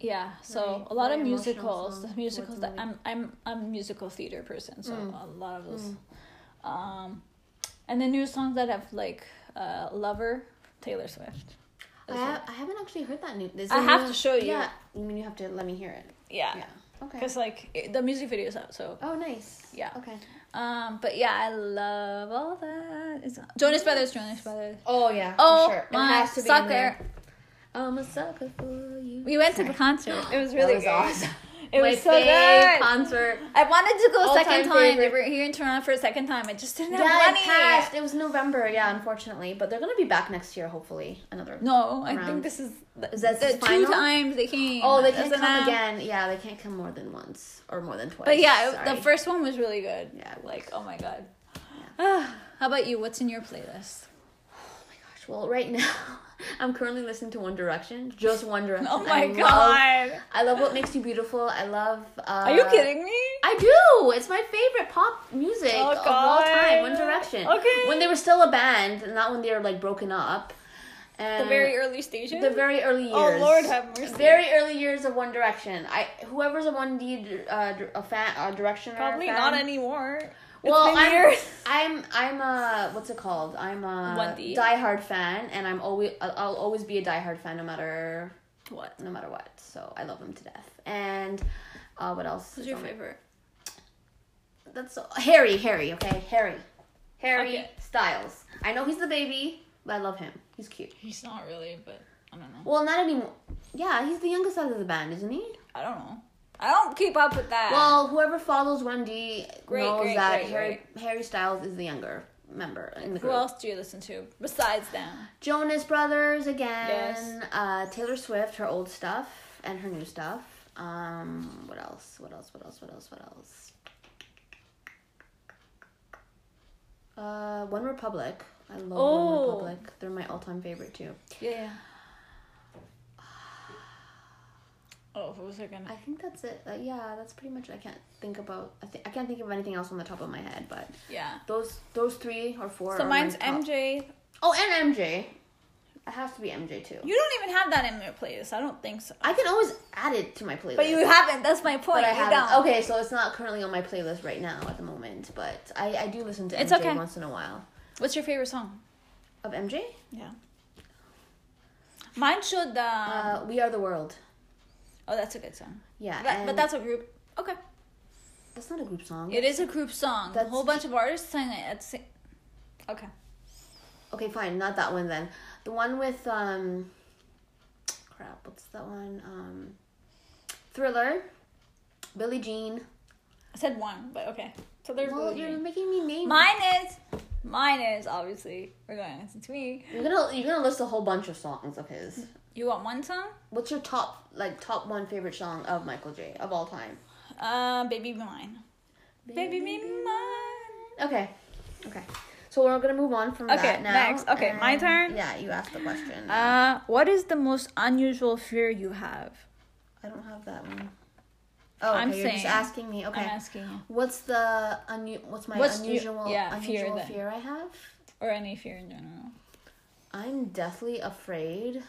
[SPEAKER 1] yeah, so
[SPEAKER 2] Very-
[SPEAKER 1] a lot of
[SPEAKER 2] very emotional
[SPEAKER 1] musicals,
[SPEAKER 2] song
[SPEAKER 1] the
[SPEAKER 2] towards
[SPEAKER 1] musicals
[SPEAKER 2] the
[SPEAKER 1] that
[SPEAKER 2] movie.
[SPEAKER 1] I'm I'm I'm a musical theater person, so
[SPEAKER 2] Mm.
[SPEAKER 1] a lot of those. Um, and the new songs that have like uh, "Lover" Taylor Swift.
[SPEAKER 2] I, ha- I haven't actually heard that new. Is
[SPEAKER 1] I
[SPEAKER 2] it
[SPEAKER 1] have
[SPEAKER 2] new-
[SPEAKER 1] to show you.
[SPEAKER 2] Yeah, I mean you have to let me hear it.
[SPEAKER 1] Yeah.
[SPEAKER 2] Yeah. Okay.
[SPEAKER 1] Because like it, the music video's out, so
[SPEAKER 2] Oh, nice.
[SPEAKER 1] Yeah.
[SPEAKER 2] Okay.
[SPEAKER 1] um. But yeah, I love all that. It's Jonas Brothers, Jonas Brothers.
[SPEAKER 2] Oh yeah.
[SPEAKER 1] Oh
[SPEAKER 2] for sure. It
[SPEAKER 1] my
[SPEAKER 2] has to be in
[SPEAKER 1] sucker!
[SPEAKER 2] there. I'm a sucker for you.
[SPEAKER 1] We went to the
[SPEAKER 2] Sorry.
[SPEAKER 1] concert. It was really
[SPEAKER 2] that was
[SPEAKER 1] good.
[SPEAKER 2] awesome.
[SPEAKER 1] It
[SPEAKER 2] my
[SPEAKER 1] was so
[SPEAKER 2] fave
[SPEAKER 1] good.
[SPEAKER 2] concert.
[SPEAKER 1] I wanted to go a second
[SPEAKER 2] All-time
[SPEAKER 1] time. They
[SPEAKER 2] favorite.
[SPEAKER 1] were here in Toronto for a second time. I just didn't have
[SPEAKER 2] Yeah,
[SPEAKER 1] money.
[SPEAKER 2] it passed. It was November. Yeah, unfortunately, but they're gonna be back next year, hopefully. Another.
[SPEAKER 1] No, I think
[SPEAKER 2] Around.
[SPEAKER 1] this is, the,
[SPEAKER 2] Is that
[SPEAKER 1] the
[SPEAKER 2] the
[SPEAKER 1] two
[SPEAKER 2] final?
[SPEAKER 1] times they came.
[SPEAKER 2] Oh, they
[SPEAKER 1] That's
[SPEAKER 2] can't come
[SPEAKER 1] enough.
[SPEAKER 2] again. Yeah, they can't come more than once or more than twice.
[SPEAKER 1] But yeah, it,
[SPEAKER 2] Sorry.
[SPEAKER 1] the first one was really good.
[SPEAKER 2] Yeah, it
[SPEAKER 1] like
[SPEAKER 2] was.
[SPEAKER 1] oh my god. Ah, How about you? What's in your playlist?
[SPEAKER 2] Oh my gosh. Well, right now I'm currently listening to One Direction. Just One Direction.
[SPEAKER 1] Oh my
[SPEAKER 2] I love-
[SPEAKER 1] god.
[SPEAKER 2] I love what makes you beautiful. I love. Uh,
[SPEAKER 1] Are you kidding me?
[SPEAKER 2] I do. It's my favorite pop music
[SPEAKER 1] Oh,
[SPEAKER 2] of all time. One
[SPEAKER 1] God.
[SPEAKER 2] Direction.
[SPEAKER 1] Okay.
[SPEAKER 2] When they were still a band, not when they were like broken up. And
[SPEAKER 1] The very early stages.
[SPEAKER 2] the very early years.
[SPEAKER 1] Oh Lord, have mercy.
[SPEAKER 2] Very early years of One Direction. I whoever's a One D uh, dir- a fan, a Direction or a
[SPEAKER 1] probably
[SPEAKER 2] fan-
[SPEAKER 1] not anymore.
[SPEAKER 2] Well,
[SPEAKER 1] it's been
[SPEAKER 2] I'm,
[SPEAKER 1] years.
[SPEAKER 2] I'm I'm a what's it called? I'm a
[SPEAKER 1] 1D?
[SPEAKER 2] diehard fan, and I'm always I'll I'll always be a diehard fan no matter
[SPEAKER 1] What?
[SPEAKER 2] no matter what. So I love them to death. And uh, what else?
[SPEAKER 1] Who's your favorite?
[SPEAKER 2] That's so, Harry. Harry. Okay, Harry. Harry
[SPEAKER 1] Okay.
[SPEAKER 2] Styles. I know he's the baby, but I love him. He's cute.
[SPEAKER 1] He's not really, but I don't know.
[SPEAKER 2] Well, not anymore. Yeah, he's the youngest out of the band, isn't he?
[SPEAKER 1] I don't know. I don't keep up with that.
[SPEAKER 2] Well, whoever follows 1D
[SPEAKER 1] Ah. Great,
[SPEAKER 2] knows
[SPEAKER 1] great,
[SPEAKER 2] that
[SPEAKER 1] great,
[SPEAKER 2] Harry, Harry Styles is the younger member in the
[SPEAKER 1] Who
[SPEAKER 2] group.
[SPEAKER 1] else do you listen to besides them?
[SPEAKER 2] Jonas Brothers again.
[SPEAKER 1] Yes.
[SPEAKER 2] Uh, Taylor Swift, her old stuff and her new stuff. Um, what else? What else? What else? What else? What else? Uh, One Republic. I love
[SPEAKER 1] Oh.
[SPEAKER 2] One Republic. They're my all-time favorite too.
[SPEAKER 1] Yeah. yeah. Oh, who was I gonna?
[SPEAKER 2] I think that's it. Uh, yeah, that's pretty much. It. I can't think about. I think I can't think of anything else on the top of my head, but
[SPEAKER 1] Yeah.
[SPEAKER 2] those those three or four.
[SPEAKER 1] So
[SPEAKER 2] are my
[SPEAKER 1] mine's
[SPEAKER 2] top-
[SPEAKER 1] MJ.
[SPEAKER 2] Oh, and MJ. It has to be MJ too.
[SPEAKER 1] You don't even have that in your playlist. I don't think so.
[SPEAKER 2] I can always add it to my playlist.
[SPEAKER 1] But you haven't. That's my
[SPEAKER 2] But
[SPEAKER 1] point.
[SPEAKER 2] I
[SPEAKER 1] you
[SPEAKER 2] haven't.
[SPEAKER 1] don't.
[SPEAKER 2] Okay, so it's not currently on my playlist right now at the moment, but I, I do listen to
[SPEAKER 1] It's
[SPEAKER 2] MJ
[SPEAKER 1] okay.
[SPEAKER 2] once in a while.
[SPEAKER 1] What's your favorite song?
[SPEAKER 2] Of MJ,
[SPEAKER 1] Yeah. Mine should. Uh,
[SPEAKER 2] uh, We Are the World.
[SPEAKER 1] oh, that's a good song.
[SPEAKER 2] Yeah,
[SPEAKER 1] That,
[SPEAKER 2] uh, and
[SPEAKER 1] but that's a group. Okay.
[SPEAKER 2] that's not a group song.
[SPEAKER 1] It is a group song. A
[SPEAKER 2] That's-
[SPEAKER 1] whole bunch of artists sang it at the same. Okay.
[SPEAKER 2] Okay, fine, not that one then. The one with um, crap. What's that one? Um, Thriller, Billie Jean.
[SPEAKER 1] I said one, but okay. So there's
[SPEAKER 2] Well, you're making me name.
[SPEAKER 1] mine is mine is obviously we're going to listen to me.
[SPEAKER 2] You're gonna you're gonna list a whole bunch of songs of his.
[SPEAKER 1] You want one song?
[SPEAKER 2] What's your top like top one favorite song of Michael J of all time?
[SPEAKER 1] Uh, baby be mine. Baby, be mine.
[SPEAKER 2] Okay. Okay. So we're gonna move on from
[SPEAKER 1] Okay,
[SPEAKER 2] that now.
[SPEAKER 1] next. Okay, my
[SPEAKER 2] and-
[SPEAKER 1] turn?
[SPEAKER 2] Yeah, you asked the question.
[SPEAKER 1] Uh, what is the most unusual fear you have?
[SPEAKER 2] I don't have that one. Oh, okay,
[SPEAKER 1] I'm
[SPEAKER 2] you're
[SPEAKER 1] saying-
[SPEAKER 2] just asking me. Okay.
[SPEAKER 1] I'm asking you,
[SPEAKER 2] what's the unu- what's my
[SPEAKER 1] What's you-
[SPEAKER 2] unusual
[SPEAKER 1] yeah, fear
[SPEAKER 2] unusual
[SPEAKER 1] then.
[SPEAKER 2] fear I have?
[SPEAKER 1] or any fear in general.
[SPEAKER 2] I'm deathly afraid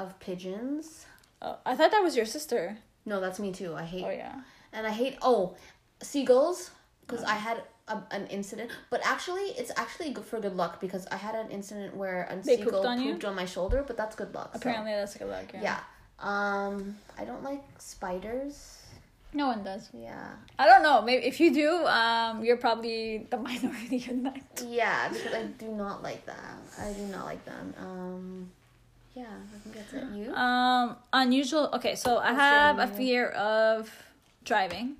[SPEAKER 2] of pigeons.
[SPEAKER 1] Oh, I thought that was your sister.
[SPEAKER 2] No, that's me too. I hate
[SPEAKER 1] Oh yeah.
[SPEAKER 2] and I hate oh seagulls because
[SPEAKER 1] Oh.
[SPEAKER 2] I had a, an incident, but actually it's actually good for good luck because I had an incident where a
[SPEAKER 1] They
[SPEAKER 2] seagull
[SPEAKER 1] pooped on you?
[SPEAKER 2] pooped on my shoulder, but that's good luck. so-
[SPEAKER 1] Apparently that's good luck. Yeah.
[SPEAKER 2] yeah. Um, I don't like spiders.
[SPEAKER 1] No one does.
[SPEAKER 2] Yeah,
[SPEAKER 1] I don't know. Maybe if you do, um, you're probably the minority in that.
[SPEAKER 2] yeah, because I do not like that. I do not like them. Um, yeah, I think that's it. You?
[SPEAKER 1] Um, unusual. Okay, so I
[SPEAKER 2] What's your
[SPEAKER 1] have a
[SPEAKER 2] unusual?
[SPEAKER 1] fear of driving.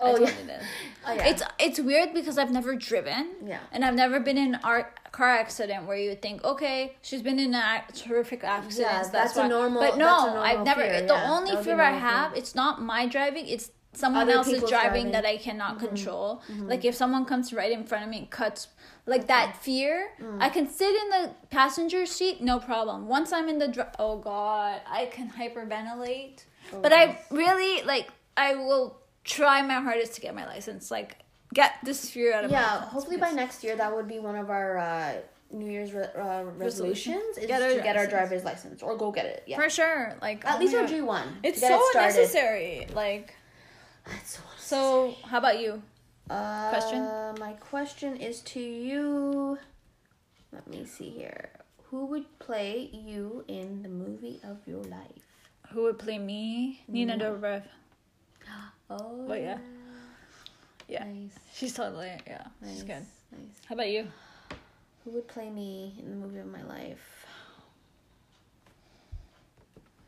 [SPEAKER 1] I
[SPEAKER 2] Oh,
[SPEAKER 1] told
[SPEAKER 2] yeah.
[SPEAKER 1] you this.
[SPEAKER 2] Oh yeah.
[SPEAKER 1] It's it's weird because I've never driven.
[SPEAKER 2] yeah.
[SPEAKER 1] And I've never been in an ar- car accident where you would think, okay, she's been in a terrific accident.
[SPEAKER 2] Yeah,
[SPEAKER 1] that's
[SPEAKER 2] that's a
[SPEAKER 1] why.
[SPEAKER 2] normal-
[SPEAKER 1] But no,
[SPEAKER 2] that's a normal
[SPEAKER 1] I've never.
[SPEAKER 2] fear,
[SPEAKER 1] the
[SPEAKER 2] yeah.
[SPEAKER 1] only
[SPEAKER 2] That would be
[SPEAKER 1] fear I
[SPEAKER 2] normal fear.
[SPEAKER 1] have, it's not my driving. It's someone
[SPEAKER 2] Other
[SPEAKER 1] else's driving,
[SPEAKER 2] people's driving. Mm-hmm.
[SPEAKER 1] that I cannot control. Like if someone comes right in front of me and cuts, like
[SPEAKER 2] Mm.
[SPEAKER 1] that fear, I can sit in the passenger seat, no problem. Once I'm in the dri- oh god, I can hyperventilate.
[SPEAKER 2] Oh,
[SPEAKER 1] but I really like. I will try my hardest to get my license. Like get this fear out of my
[SPEAKER 2] Yeah.
[SPEAKER 1] license,
[SPEAKER 2] Hopefully
[SPEAKER 1] please.
[SPEAKER 2] by next year that would be one of our uh, New Year's re- uh,
[SPEAKER 1] Resolution.
[SPEAKER 2] resolutions is
[SPEAKER 1] Get our
[SPEAKER 2] to get our
[SPEAKER 1] license.
[SPEAKER 2] driver's license or go get it. Yeah.
[SPEAKER 1] For sure. Like
[SPEAKER 2] At
[SPEAKER 1] oh
[SPEAKER 2] least
[SPEAKER 1] my
[SPEAKER 2] our
[SPEAKER 1] God.
[SPEAKER 2] G one.
[SPEAKER 1] It's so unnecessary. Like
[SPEAKER 2] That's so
[SPEAKER 1] so how about you?
[SPEAKER 2] Uh,
[SPEAKER 1] Question?
[SPEAKER 2] My question is to you. Let me see here. Who would play you in the movie of your life?
[SPEAKER 1] Who would play me? Nina Dobrev.
[SPEAKER 2] Oh,
[SPEAKER 1] But yeah. Yeah.
[SPEAKER 2] Nice,
[SPEAKER 1] She's totally yeah.
[SPEAKER 2] nice,
[SPEAKER 1] She's good.
[SPEAKER 2] nice.
[SPEAKER 1] How about you?
[SPEAKER 2] Who would play me in the movie of my life?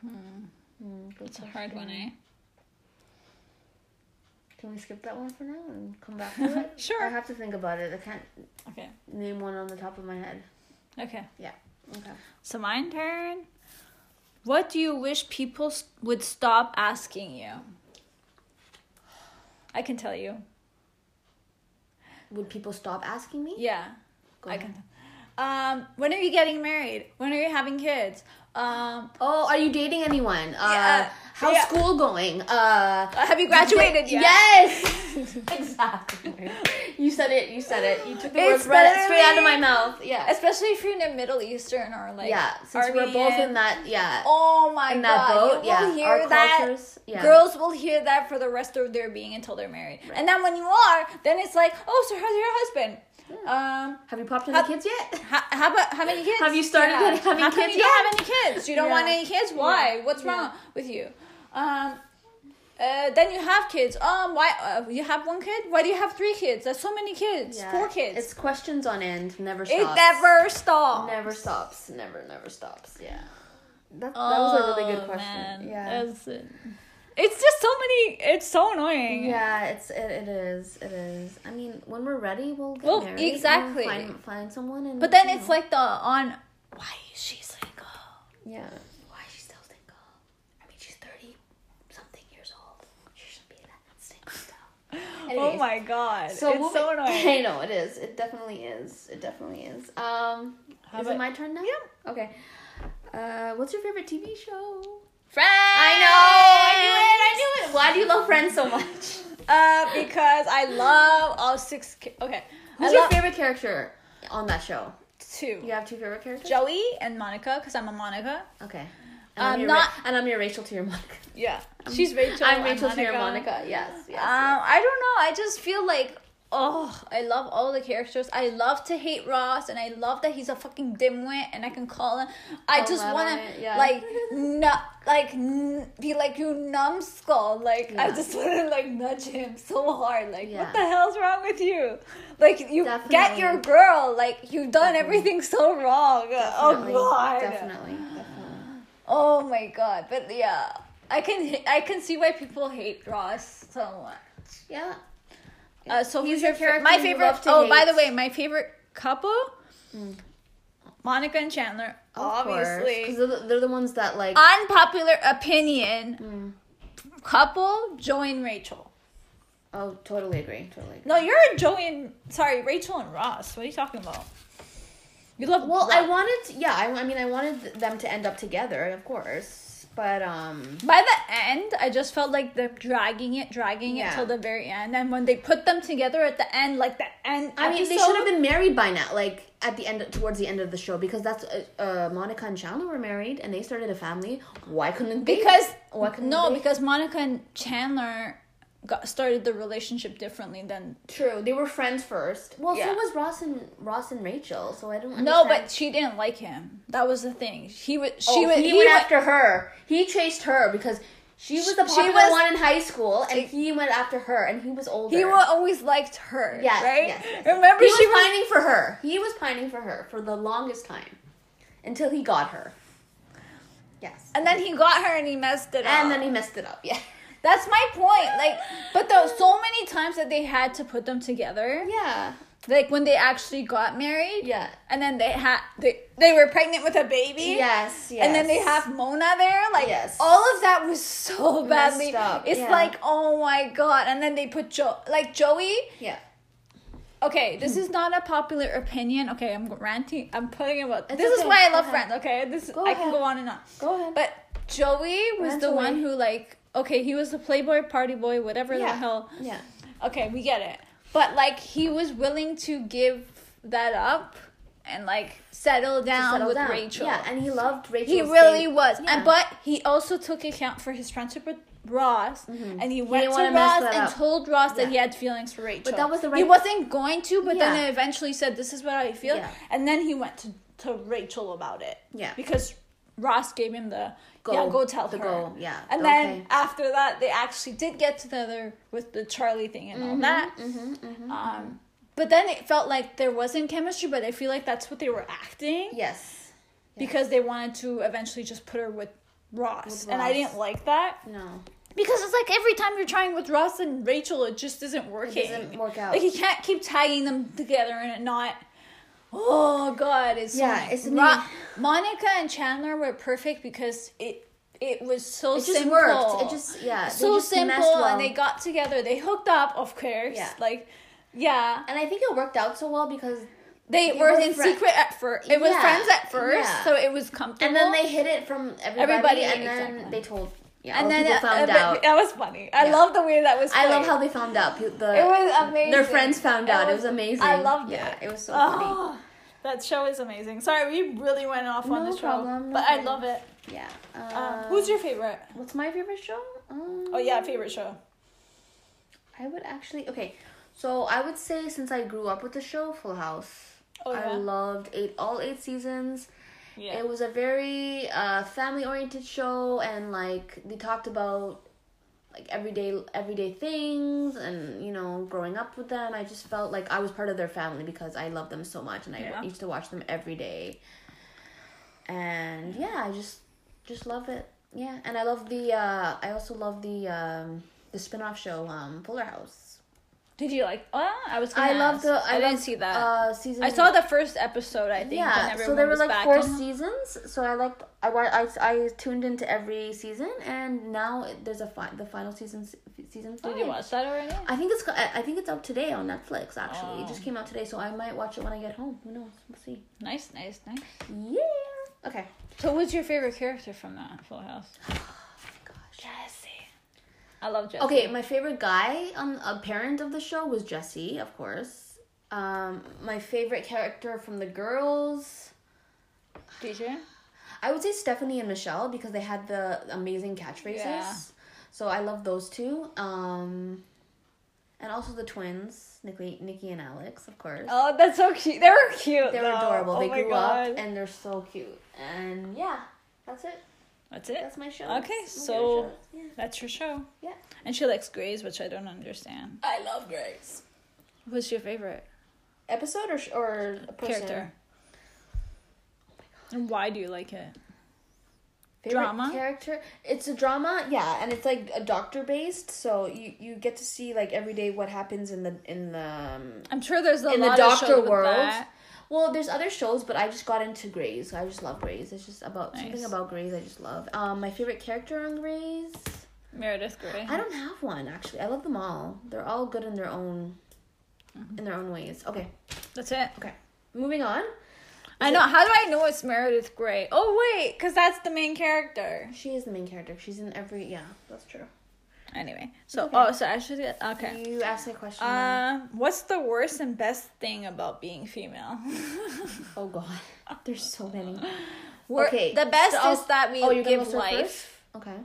[SPEAKER 2] Hmm, good
[SPEAKER 1] It's a hard one,
[SPEAKER 2] question.
[SPEAKER 1] eh?
[SPEAKER 2] Can we skip that one for now and come back to it?
[SPEAKER 1] Sure.
[SPEAKER 2] I have to think about it. I can't
[SPEAKER 1] Okay.
[SPEAKER 2] name one on the top of my head.
[SPEAKER 1] Okay.
[SPEAKER 2] Okay.
[SPEAKER 1] So mine turn. What do you wish people s- would stop asking you? I can tell you.
[SPEAKER 2] Would people stop asking me?
[SPEAKER 1] Yeah.
[SPEAKER 2] Go
[SPEAKER 1] I
[SPEAKER 2] ahead.
[SPEAKER 1] can. Um, when are you getting married? When are you having kids? Um,
[SPEAKER 2] Oh, are you dating anyone? Uh,
[SPEAKER 1] Yeah.
[SPEAKER 2] How's
[SPEAKER 1] Yeah.
[SPEAKER 2] school going? Uh,
[SPEAKER 1] have you graduated yet?
[SPEAKER 2] Yes, exactly. You said it. You said it. You took the
[SPEAKER 1] It's
[SPEAKER 2] words right, straight out of
[SPEAKER 1] literally-
[SPEAKER 2] my mouth. Yeah,
[SPEAKER 1] especially if you're in a Middle Eastern or like
[SPEAKER 2] yeah. Since we're both
[SPEAKER 1] Armenian.
[SPEAKER 2] in that, yeah,
[SPEAKER 1] oh my
[SPEAKER 2] in that
[SPEAKER 1] god,
[SPEAKER 2] boat,
[SPEAKER 1] you
[SPEAKER 2] yeah.
[SPEAKER 1] will hear
[SPEAKER 2] Our
[SPEAKER 1] that.
[SPEAKER 2] cultures, yeah.
[SPEAKER 1] Girls will hear that for the rest of their being until they're married, and then when you are, then it's like, oh, so how's your husband?
[SPEAKER 2] Hmm.
[SPEAKER 1] Um,
[SPEAKER 2] Have you popped any
[SPEAKER 1] How-
[SPEAKER 2] kids yet?
[SPEAKER 1] how, how about how many kids?
[SPEAKER 2] Have you started
[SPEAKER 1] do have?
[SPEAKER 2] having
[SPEAKER 1] how come
[SPEAKER 2] kids
[SPEAKER 1] You
[SPEAKER 2] yet?
[SPEAKER 1] don't have any kids. You don't want
[SPEAKER 2] Yeah.
[SPEAKER 1] any kids. Why?
[SPEAKER 2] Yeah.
[SPEAKER 1] What's
[SPEAKER 2] Yeah.
[SPEAKER 1] wrong with you? Um. Uh, then you have kids. Um, why uh, you have one kid? Why do you have three kids? That's so many kids.
[SPEAKER 2] Yeah,
[SPEAKER 1] Four kids.
[SPEAKER 2] It's questions on end. Never stops.
[SPEAKER 1] it never stops.
[SPEAKER 2] never stops. Never never stops. Yeah. That, that was a really good
[SPEAKER 1] Oh,
[SPEAKER 2] question.
[SPEAKER 1] man.
[SPEAKER 2] Yeah.
[SPEAKER 1] That's- It's just so many. It's so annoying.
[SPEAKER 2] Yeah, it's it, it is it is. I mean, when we're ready, we'll get
[SPEAKER 1] Well,
[SPEAKER 2] married. and
[SPEAKER 1] exactly.
[SPEAKER 2] Find find someone and.
[SPEAKER 1] But then
[SPEAKER 2] you
[SPEAKER 1] it's
[SPEAKER 2] know.
[SPEAKER 1] like the on. Why is she single?
[SPEAKER 2] yeah.
[SPEAKER 1] Why is she still single? I mean, she's thirty something years old. She should be that single still. oh
[SPEAKER 2] Anyways,
[SPEAKER 1] my god! it's
[SPEAKER 2] we'll
[SPEAKER 1] so
[SPEAKER 2] be-
[SPEAKER 1] annoying.
[SPEAKER 2] I know it is. It definitely is. It definitely is. Um,
[SPEAKER 1] How
[SPEAKER 2] is
[SPEAKER 1] about-
[SPEAKER 2] it my turn now?
[SPEAKER 1] Yeah.
[SPEAKER 2] Okay. Uh, what's your favorite TV show?
[SPEAKER 1] Friends.
[SPEAKER 2] knew it. Why do you love Friends so much?
[SPEAKER 1] Uh, because I love all six. Ki- okay.
[SPEAKER 2] Who's
[SPEAKER 1] I
[SPEAKER 2] your
[SPEAKER 1] love
[SPEAKER 2] favorite character on that show?
[SPEAKER 1] two.
[SPEAKER 2] You have two favorite characters.
[SPEAKER 1] Joey and Monica, because I'm a Monica.
[SPEAKER 2] Okay.
[SPEAKER 1] Um,
[SPEAKER 2] I'm your
[SPEAKER 1] not-
[SPEAKER 2] Ra- and I'm your Rachel to your Monica.
[SPEAKER 1] Yeah. She's Rachel.
[SPEAKER 2] I'm Rachel to your Monica. Yes. Yes.
[SPEAKER 1] Um, I don't know. I just feel like, oh, I love all the characters. I love to hate Ross, and I love that he's a fucking dimwit, and I can call him. I
[SPEAKER 2] Call
[SPEAKER 1] just
[SPEAKER 2] him out
[SPEAKER 1] want
[SPEAKER 2] on it,
[SPEAKER 1] to
[SPEAKER 2] yeah.
[SPEAKER 1] like, nu- like n- be like you numbskull. Like I
[SPEAKER 2] Yeah.
[SPEAKER 1] just want to like nudge him so hard. Like
[SPEAKER 2] Yeah.
[SPEAKER 1] what the hell's wrong with you? Like you get
[SPEAKER 2] Definitely.
[SPEAKER 1] your girl. Like you've done
[SPEAKER 2] Definitely.
[SPEAKER 1] everything so wrong.
[SPEAKER 2] Definitely,
[SPEAKER 1] oh god.
[SPEAKER 2] Definitely. Definitely.
[SPEAKER 1] Oh my god. But yeah, I can h- I can see why people hate Ross so much.
[SPEAKER 2] Yeah.
[SPEAKER 1] Uh, so who's
[SPEAKER 2] He's your
[SPEAKER 1] your favorite?
[SPEAKER 2] character
[SPEAKER 1] My
[SPEAKER 2] you
[SPEAKER 1] favorite.
[SPEAKER 2] love to
[SPEAKER 1] Oh, by the way,
[SPEAKER 2] hate. Mm.
[SPEAKER 1] my favorite couple, Monica and Chandler. obviously,
[SPEAKER 2] because they're, they're the ones that like.
[SPEAKER 1] unpopular opinion.
[SPEAKER 2] Mm.
[SPEAKER 1] Couple, Joey and Rachel.
[SPEAKER 2] oh, totally agree. Totally. Agree.
[SPEAKER 1] No, you're a Joey and sorry, Rachel and Ross. What are you talking about? You love
[SPEAKER 2] Well,
[SPEAKER 1] Ross.
[SPEAKER 2] I wanted. yeah, I, I mean, I wanted them to end up together, of course. But um,
[SPEAKER 1] By the end, I just felt like they're dragging it, dragging it
[SPEAKER 2] Yeah.
[SPEAKER 1] till the very end. And when they put them together at the end, like the end,
[SPEAKER 2] I mean, they
[SPEAKER 1] episode-
[SPEAKER 2] should have been married by now. Like at the end, towards the end of the show, because that's uh, uh Monica and Chandler were married and they started a family. Why couldn't they?
[SPEAKER 1] because
[SPEAKER 2] why couldn't
[SPEAKER 1] no,
[SPEAKER 2] they?
[SPEAKER 1] because Monica and Chandler got started the relationship differently than
[SPEAKER 2] true, they were friends first. Well,
[SPEAKER 1] Yeah.
[SPEAKER 2] so was Ross and Ross and Rachel. So I don't. Understand.
[SPEAKER 1] no, but she didn't like him. That was the thing. He was she
[SPEAKER 2] Oh,
[SPEAKER 1] was
[SPEAKER 2] he, went after her. He chased her because she was the
[SPEAKER 1] She
[SPEAKER 2] popular
[SPEAKER 1] was-
[SPEAKER 2] one in high school, and he went after her, and he was older.
[SPEAKER 1] He wa- always liked her,
[SPEAKER 2] Yes,
[SPEAKER 1] right?
[SPEAKER 2] yes, yes, yes.
[SPEAKER 1] Remember,
[SPEAKER 2] He
[SPEAKER 1] she
[SPEAKER 2] was pining for her. He was pining for her for the longest time, until he got her. Yes,
[SPEAKER 1] and then he got her, and he messed it up.
[SPEAKER 2] and then he messed it up. Yeah,
[SPEAKER 1] that's my point. Like, but there was so many times that they had to put them together.
[SPEAKER 2] yeah,
[SPEAKER 1] like when they actually got married.
[SPEAKER 2] Yeah.
[SPEAKER 1] And then they had they they were pregnant with a baby.
[SPEAKER 2] yes, yes.
[SPEAKER 1] And then they have Mona there. Like
[SPEAKER 2] Yes.
[SPEAKER 1] all of that was so badly.
[SPEAKER 2] Messed up,
[SPEAKER 1] It's
[SPEAKER 2] yeah.
[SPEAKER 1] like oh my god. And then they put Joe like Joey.
[SPEAKER 2] yeah.
[SPEAKER 1] Okay, this is not a popular opinion. Okay, I'm ranting. I'm putting about
[SPEAKER 2] It's
[SPEAKER 1] this is
[SPEAKER 2] okay,
[SPEAKER 1] why I
[SPEAKER 2] go
[SPEAKER 1] love
[SPEAKER 2] ahead.
[SPEAKER 1] Friends. Okay, this
[SPEAKER 2] Go
[SPEAKER 1] I can
[SPEAKER 2] ahead.
[SPEAKER 1] go on and on.
[SPEAKER 2] Go ahead.
[SPEAKER 1] But Joey was
[SPEAKER 2] Rant
[SPEAKER 1] the
[SPEAKER 2] away.
[SPEAKER 1] one who like okay he was the playboy party boy whatever the
[SPEAKER 2] yeah,
[SPEAKER 1] hell
[SPEAKER 2] yeah,
[SPEAKER 1] okay, we get it. But like he was willing to give that up and like settle down
[SPEAKER 2] Settle
[SPEAKER 1] with
[SPEAKER 2] down.
[SPEAKER 1] Rachel.
[SPEAKER 2] Yeah, and he loved Rachel.
[SPEAKER 1] he really
[SPEAKER 2] stayed-
[SPEAKER 1] was.
[SPEAKER 2] Yeah.
[SPEAKER 1] And but he also took account for his friendship with Ross and he went
[SPEAKER 2] Mm-hmm. didn't
[SPEAKER 1] to
[SPEAKER 2] wanna mess
[SPEAKER 1] Ross
[SPEAKER 2] that
[SPEAKER 1] and
[SPEAKER 2] up.
[SPEAKER 1] told Ross that
[SPEAKER 2] Yeah.
[SPEAKER 1] he had feelings for Rachel.
[SPEAKER 2] that was the
[SPEAKER 1] He
[SPEAKER 2] right-
[SPEAKER 1] wasn't going to, but then
[SPEAKER 2] Yeah.
[SPEAKER 1] he eventually said this is what I feel
[SPEAKER 2] Yeah.
[SPEAKER 1] and then he went to, to Rachel about it.
[SPEAKER 2] Yeah.
[SPEAKER 1] Because Ross gave him the
[SPEAKER 2] Go.
[SPEAKER 1] yeah, go tell
[SPEAKER 2] The
[SPEAKER 1] her.
[SPEAKER 2] go, yeah.
[SPEAKER 1] And
[SPEAKER 2] Okay.
[SPEAKER 1] then after that, they actually did get together with the Charlie thing and
[SPEAKER 2] Mm-hmm.
[SPEAKER 1] all that. um, but then it felt like there wasn't chemistry, but I feel like that's what they were acting
[SPEAKER 2] yes.
[SPEAKER 1] because they wanted to eventually just put her with Ross,
[SPEAKER 2] With
[SPEAKER 1] and I
[SPEAKER 2] Ross.
[SPEAKER 1] didn't like that
[SPEAKER 2] No.
[SPEAKER 1] because it's like every time you're trying with Ross and Rachel, it just isn't working.
[SPEAKER 2] doesn't work out.
[SPEAKER 1] Like you can't keep tagging them together and it not. Oh God, it's so
[SPEAKER 2] Yeah,
[SPEAKER 1] annoying.
[SPEAKER 2] it's
[SPEAKER 1] Ro- Monica and Chandler were perfect because it it was so
[SPEAKER 2] It just
[SPEAKER 1] simple.
[SPEAKER 2] worked. It just yeah. they
[SPEAKER 1] so
[SPEAKER 2] just meshed
[SPEAKER 1] simple,
[SPEAKER 2] well.
[SPEAKER 1] and they got together. They hooked up, of course.
[SPEAKER 2] Yeah.
[SPEAKER 1] Like, yeah,
[SPEAKER 2] And I think it worked out so well because
[SPEAKER 1] they
[SPEAKER 2] They
[SPEAKER 1] were,
[SPEAKER 2] were
[SPEAKER 1] in
[SPEAKER 2] fri-
[SPEAKER 1] secret at first. It was
[SPEAKER 2] Yeah,
[SPEAKER 1] friends at first,
[SPEAKER 2] yeah.
[SPEAKER 1] so it was comfortable.
[SPEAKER 2] and then they hid it from everybody,
[SPEAKER 1] Everybody,
[SPEAKER 2] and then
[SPEAKER 1] exactly.
[SPEAKER 2] they told yeah,
[SPEAKER 1] and
[SPEAKER 2] and
[SPEAKER 1] then
[SPEAKER 2] people
[SPEAKER 1] uh,
[SPEAKER 2] found
[SPEAKER 1] but
[SPEAKER 2] out.
[SPEAKER 1] that was funny. I
[SPEAKER 2] Yeah.
[SPEAKER 1] love the way that was.
[SPEAKER 2] I love
[SPEAKER 1] played.
[SPEAKER 2] how they found out. Pe- The,
[SPEAKER 1] It was amazing.
[SPEAKER 2] Their friends found
[SPEAKER 1] It
[SPEAKER 2] out. It was amazing.
[SPEAKER 1] I loved
[SPEAKER 2] yeah,
[SPEAKER 1] it.
[SPEAKER 2] It was so funny.
[SPEAKER 1] Oh, that show is amazing. Sorry, we really went off on
[SPEAKER 2] No
[SPEAKER 1] the show,
[SPEAKER 2] problem, no
[SPEAKER 1] but I
[SPEAKER 2] problem.
[SPEAKER 1] love it.
[SPEAKER 2] Yeah.
[SPEAKER 1] Um,
[SPEAKER 2] Uh,
[SPEAKER 1] who's your favorite?
[SPEAKER 2] What's my favorite show? Um,
[SPEAKER 1] Oh yeah, favorite show.
[SPEAKER 2] I would actually okay. So I would say since I grew up with the show Full House,
[SPEAKER 1] Oh, yeah?
[SPEAKER 2] I loved eight all eight seasons.
[SPEAKER 1] Yeah.
[SPEAKER 2] It was a very uh, family oriented show, and like they talked about like everyday everyday things, and you know growing up with them. I just felt like I was part of their family because I love them so much, and I
[SPEAKER 1] Yeah.
[SPEAKER 2] used to watch them every day. And yeah, I just just love it. Yeah, and I love the. Uh, I also love the um, the spin-off show um, Fuller House.
[SPEAKER 1] Did you like? Oh, I was. Gonna
[SPEAKER 2] I love
[SPEAKER 1] ask.
[SPEAKER 2] the.
[SPEAKER 1] I,
[SPEAKER 2] I,
[SPEAKER 1] didn't
[SPEAKER 2] loved,
[SPEAKER 1] see that.
[SPEAKER 2] Uh, season.
[SPEAKER 1] I saw the first episode. I think.
[SPEAKER 2] yeah,
[SPEAKER 1] when
[SPEAKER 2] so
[SPEAKER 1] everyone
[SPEAKER 2] there were
[SPEAKER 1] was
[SPEAKER 2] like
[SPEAKER 1] back
[SPEAKER 2] four
[SPEAKER 1] on-
[SPEAKER 2] seasons. So I liked. I, wa- I I tuned into every season, and now it- there's a fi- the final season season.
[SPEAKER 1] Did
[SPEAKER 2] five.
[SPEAKER 1] you watch that already?
[SPEAKER 2] I think it's co- I I think it's up today on Netflix. Actually,
[SPEAKER 1] Oh.
[SPEAKER 2] it just came out today, so I might watch it when I get home. Who knows? We'll see.
[SPEAKER 1] Nice, nice, nice.
[SPEAKER 2] Yeah. Okay.
[SPEAKER 1] So, what's your favorite character from that Full House?
[SPEAKER 2] Gosh.
[SPEAKER 1] Jesse. I love Jesse.
[SPEAKER 2] Okay, my favorite guy on a parent of the show was Jesse, of course. Um, my favorite character from the girls,
[SPEAKER 1] DJ.
[SPEAKER 2] I would say Stephanie and Michelle because they had the amazing catchphrases.
[SPEAKER 1] Yeah.
[SPEAKER 2] So I love those two. Um, and also the twins, Nikki, Nikki and Alex, of course.
[SPEAKER 1] Oh, that's so cute. They were cute.
[SPEAKER 2] They're
[SPEAKER 1] though.
[SPEAKER 2] adorable.
[SPEAKER 1] Oh
[SPEAKER 2] they
[SPEAKER 1] my
[SPEAKER 2] grew
[SPEAKER 1] God.
[SPEAKER 2] up and they're so cute. And yeah, that's it.
[SPEAKER 1] that's it.
[SPEAKER 2] That's my show.
[SPEAKER 1] Okay,
[SPEAKER 2] That's my
[SPEAKER 1] so-
[SPEAKER 2] favorite show. Yeah.
[SPEAKER 1] That's your show.
[SPEAKER 2] Yeah.
[SPEAKER 1] And she likes Grays, which I don't understand.
[SPEAKER 2] I love Grace.
[SPEAKER 1] What's your favorite
[SPEAKER 2] Episode or sh- or person?
[SPEAKER 1] character? And why do you like it?
[SPEAKER 2] favorite
[SPEAKER 1] Drama?
[SPEAKER 2] character it's a drama yeah and it's like a doctor based so you you get to see like every day what happens in the in the um,
[SPEAKER 1] I'm sure there's a
[SPEAKER 2] in the
[SPEAKER 1] lot of
[SPEAKER 2] doctor
[SPEAKER 1] shows with
[SPEAKER 2] world
[SPEAKER 1] that.
[SPEAKER 2] well there's other shows but i just got into grays i just love grays it's just about
[SPEAKER 1] Nice.
[SPEAKER 2] something about grays i just love um my favorite character on grays
[SPEAKER 1] Meredith Grey.
[SPEAKER 2] i don't have one actually i love them all they're all good in their own in their own ways okay
[SPEAKER 1] That's it.
[SPEAKER 2] okay moving on
[SPEAKER 1] I know. How do I know it's Meredith Grey? Oh wait, because that's the main character.
[SPEAKER 2] she is the main character she's in every yeah that's true
[SPEAKER 1] Anyway, so
[SPEAKER 2] Okay.
[SPEAKER 1] oh, so I should get okay.
[SPEAKER 2] you asked me a question now.
[SPEAKER 1] Um, what's the worst and best thing about being female?
[SPEAKER 2] oh god there's so many
[SPEAKER 1] We're-
[SPEAKER 2] Okay,
[SPEAKER 1] The best
[SPEAKER 2] so I'll-
[SPEAKER 1] is that we
[SPEAKER 2] oh, you're gonna
[SPEAKER 1] give
[SPEAKER 2] go
[SPEAKER 1] life.
[SPEAKER 2] first? Okay.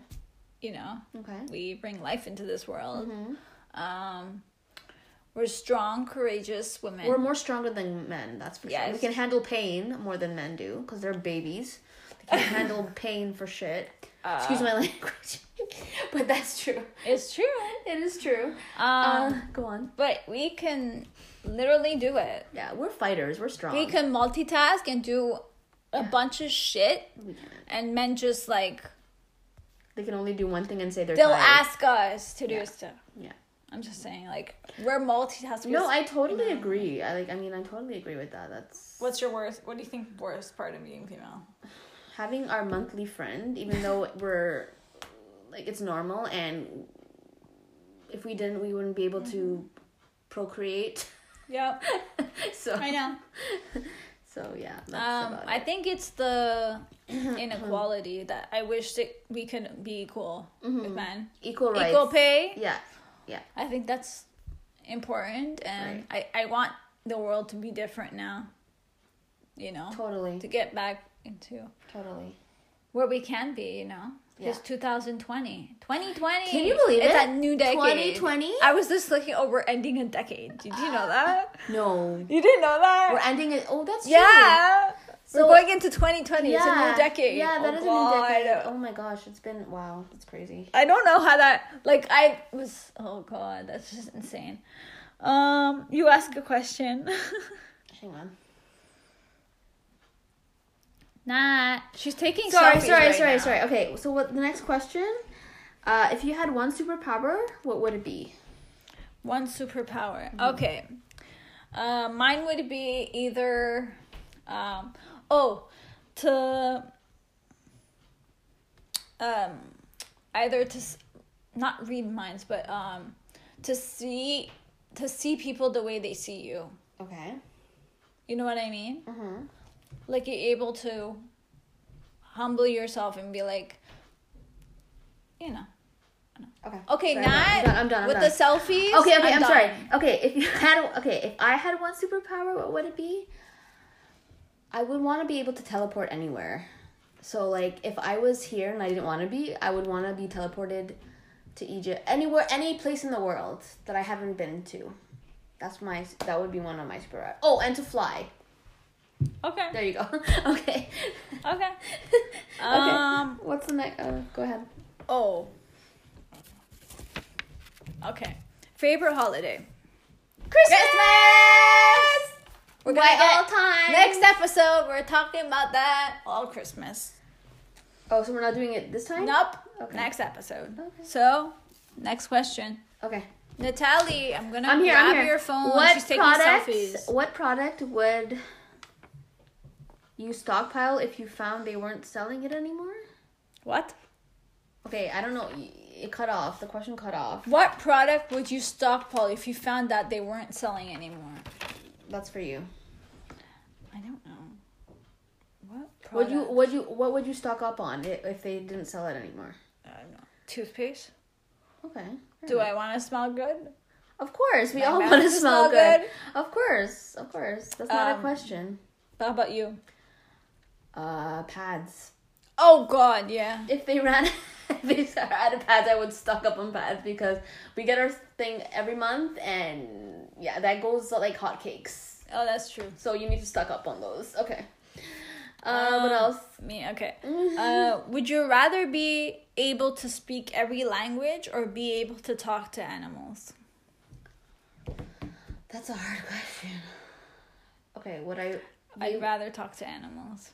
[SPEAKER 1] You know,
[SPEAKER 2] Okay.
[SPEAKER 1] we bring life into this world. Um, we're strong, courageous women.
[SPEAKER 2] We're more stronger than men, that's for sure.
[SPEAKER 1] Yes.
[SPEAKER 2] We can handle pain more than men do because they're babies. They can handle pain for shit.
[SPEAKER 1] Uh.
[SPEAKER 2] Excuse my language. but that's true.
[SPEAKER 1] it's true.
[SPEAKER 2] It is true.
[SPEAKER 1] Um,
[SPEAKER 2] Uh, go on.
[SPEAKER 1] but we can literally do it.
[SPEAKER 2] Yeah, we're fighters. We're strong.
[SPEAKER 1] We can multitask and do a bunch of shit,
[SPEAKER 2] We can't.
[SPEAKER 1] and men just like
[SPEAKER 2] They can only do one thing and say they're
[SPEAKER 1] they'll
[SPEAKER 2] tired.
[SPEAKER 1] ask us to do stuff.
[SPEAKER 2] Yeah.
[SPEAKER 1] I'm just saying, like we're multitasking.
[SPEAKER 2] No, I totally agree. I like. I mean, I totally agree with that. That's
[SPEAKER 1] What's your worst? What do you think worst part of being female?
[SPEAKER 2] having our monthly friend, even though we're like it's normal, and if we didn't, we wouldn't be able to procreate.
[SPEAKER 1] Yep,
[SPEAKER 2] So
[SPEAKER 1] I know.
[SPEAKER 2] so yeah, that's
[SPEAKER 1] Um,
[SPEAKER 2] about
[SPEAKER 1] I
[SPEAKER 2] it.
[SPEAKER 1] think it's the inequality that I wish that we could be equal
[SPEAKER 2] Mm-hmm.
[SPEAKER 1] with men.
[SPEAKER 2] equal rights.
[SPEAKER 1] Equal pay.
[SPEAKER 2] Yeah, yeah.
[SPEAKER 1] I think that's important, and I I want the world to be different now. You know, to
[SPEAKER 2] Totally,
[SPEAKER 1] get back into
[SPEAKER 2] totally.
[SPEAKER 1] where we can be. You know. It's
[SPEAKER 2] Yeah.
[SPEAKER 1] 2020. 2020.
[SPEAKER 2] Can you believe
[SPEAKER 1] it's a
[SPEAKER 2] it?
[SPEAKER 1] new decade.
[SPEAKER 2] 2020?
[SPEAKER 1] I was just looking, oh, we're ending a decade. Did you know that?
[SPEAKER 2] No,
[SPEAKER 1] You didn't know that?
[SPEAKER 2] we're ending it. Oh, that's True.
[SPEAKER 1] Yeah.
[SPEAKER 2] So-
[SPEAKER 1] We're going into 2020. It's a
[SPEAKER 2] Yeah,
[SPEAKER 1] new decade.
[SPEAKER 2] Yeah, that
[SPEAKER 1] Oh,
[SPEAKER 2] is
[SPEAKER 1] God.
[SPEAKER 2] a new decade. Oh my gosh, it's been wow. It's crazy.
[SPEAKER 1] I don't know how that like I was oh god, that's just insane. Um you ask a question.
[SPEAKER 2] Hang on.
[SPEAKER 1] nah. She's taking
[SPEAKER 2] Sorry,
[SPEAKER 1] selfies
[SPEAKER 2] sorry,
[SPEAKER 1] right
[SPEAKER 2] sorry,
[SPEAKER 1] now.
[SPEAKER 2] sorry. Okay, so what the next question? Uh, if you had one superpower, what would it be?
[SPEAKER 1] One superpower.
[SPEAKER 2] Mm-hmm.
[SPEAKER 1] Okay. Uh, mine would be either, um, oh, to, um, either to, s- not read minds, but um, to see, to see people the way they see you.
[SPEAKER 2] Okay.
[SPEAKER 1] You know what I mean?
[SPEAKER 2] Mhm.
[SPEAKER 1] Like you're able to humble yourself and be like, you know.
[SPEAKER 2] Okay.
[SPEAKER 1] Okay,
[SPEAKER 2] Sorry,
[SPEAKER 1] not
[SPEAKER 2] I'm done. I'm done. I'm
[SPEAKER 1] with
[SPEAKER 2] done.
[SPEAKER 1] the selfies.
[SPEAKER 2] Okay, okay, I'm,
[SPEAKER 1] done.
[SPEAKER 2] sorry. Okay, if you had okay, if I had one superpower, what would it be? I would want to be able to teleport anywhere. So like if I was here and I didn't want to be, I would want to be teleported to Egypt, anywhere, any place in the world that I haven't been to. That's my that would be one of my superpowers. Oh, and to fly.
[SPEAKER 1] Okay.
[SPEAKER 2] There you go. okay.
[SPEAKER 1] Okay.
[SPEAKER 2] okay.
[SPEAKER 1] Um,
[SPEAKER 2] What's the next? Oh, go ahead.
[SPEAKER 1] Oh. Okay. Favorite holiday.
[SPEAKER 2] Christmas.
[SPEAKER 1] Christmas. We're gonna
[SPEAKER 2] Why
[SPEAKER 1] get-
[SPEAKER 2] all time?
[SPEAKER 1] Next episode, we're talking about that all Christmas.
[SPEAKER 2] Oh, so we're not doing it this time?
[SPEAKER 1] Nope.
[SPEAKER 2] Okay.
[SPEAKER 1] Next episode.
[SPEAKER 2] Okay.
[SPEAKER 1] So, next question.
[SPEAKER 2] Okay.
[SPEAKER 1] Natalie, I'm gonna
[SPEAKER 2] I'm here.
[SPEAKER 1] grab
[SPEAKER 2] I'm here.
[SPEAKER 1] your phone.
[SPEAKER 2] What
[SPEAKER 1] She's taking
[SPEAKER 2] products,
[SPEAKER 1] selfies.
[SPEAKER 2] What product would you stockpile if you found they weren't selling it anymore?
[SPEAKER 1] What?
[SPEAKER 2] Okay, I don't know. Y- It cut off. The question cut off.
[SPEAKER 1] What product would you stockpile if you found that they weren't selling anymore?
[SPEAKER 2] That's for you.
[SPEAKER 1] I don't know. What
[SPEAKER 2] Would
[SPEAKER 1] product?
[SPEAKER 2] you? Would you? What would you stock up on i- if they didn't sell it anymore?
[SPEAKER 1] I don't know. Toothpaste?
[SPEAKER 2] Okay. fair
[SPEAKER 1] Do
[SPEAKER 2] enough.
[SPEAKER 1] I want to smell good?
[SPEAKER 2] Of course, we
[SPEAKER 1] My
[SPEAKER 2] all
[SPEAKER 1] mouth
[SPEAKER 2] want to
[SPEAKER 1] to
[SPEAKER 2] smell
[SPEAKER 1] smell
[SPEAKER 2] good.
[SPEAKER 1] good?
[SPEAKER 2] Of course, of course. That's not a
[SPEAKER 1] Um,
[SPEAKER 2] question.
[SPEAKER 1] How about you?
[SPEAKER 2] Uh, pads.
[SPEAKER 1] Oh God, yeah.
[SPEAKER 2] If they ran, if they started out of pads, I would stock up on pads because we get our thing every month, and yeah, that goes like hotcakes.
[SPEAKER 1] Oh, that's true.
[SPEAKER 2] So you need to stock up on those. Okay. Uh,
[SPEAKER 1] Um,
[SPEAKER 2] what else?
[SPEAKER 1] Me, okay.
[SPEAKER 2] Mm-hmm.
[SPEAKER 1] Uh, would you rather be able to speak every language or be able to talk to animals?
[SPEAKER 2] That's a hard question. Okay, would I?
[SPEAKER 1] I'd rather talk to animals.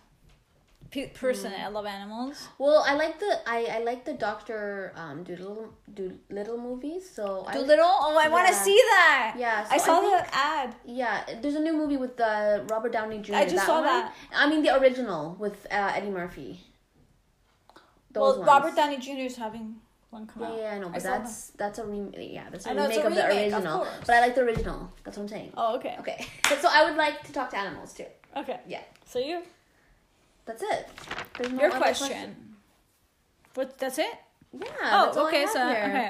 [SPEAKER 1] Pe-
[SPEAKER 2] Mm.
[SPEAKER 1] personally, I love animals.
[SPEAKER 2] Well, I like the I, I like the Doctor um Doodle Doolittle movies. So I
[SPEAKER 1] Doolittle. Oh, I want to
[SPEAKER 2] Yeah.
[SPEAKER 1] see that.
[SPEAKER 2] Yeah, so
[SPEAKER 1] I
[SPEAKER 2] I
[SPEAKER 1] saw
[SPEAKER 2] think-
[SPEAKER 1] the ad.
[SPEAKER 2] Yeah, there's a new movie with uh, Robert Downey Jr.
[SPEAKER 1] I just saw
[SPEAKER 2] one.
[SPEAKER 1] that.
[SPEAKER 2] I mean, the original with uh, Eddie Murphy.
[SPEAKER 1] well,
[SPEAKER 2] ones.
[SPEAKER 1] Robert Downey Jr. is having one come
[SPEAKER 2] Yeah,
[SPEAKER 1] out.
[SPEAKER 2] yeah, I know, but
[SPEAKER 1] saw
[SPEAKER 2] that's that's a rem- yeah, that's a
[SPEAKER 1] I know, it's
[SPEAKER 2] remake
[SPEAKER 1] a
[SPEAKER 2] of the
[SPEAKER 1] remake, of
[SPEAKER 2] original.
[SPEAKER 1] course.
[SPEAKER 2] but I like the original. That's what I'm saying.
[SPEAKER 1] that. Oh, okay. Okay.
[SPEAKER 2] Okay, so I would like to talk to animals too.
[SPEAKER 1] Okay.
[SPEAKER 2] Yeah,
[SPEAKER 1] So you,
[SPEAKER 2] that's it. There's no
[SPEAKER 1] your
[SPEAKER 2] other
[SPEAKER 1] question. What? That's it.
[SPEAKER 2] Yeah.
[SPEAKER 1] Oh,
[SPEAKER 2] that's all I
[SPEAKER 1] okay.
[SPEAKER 2] have
[SPEAKER 1] So
[SPEAKER 2] here.
[SPEAKER 1] okay.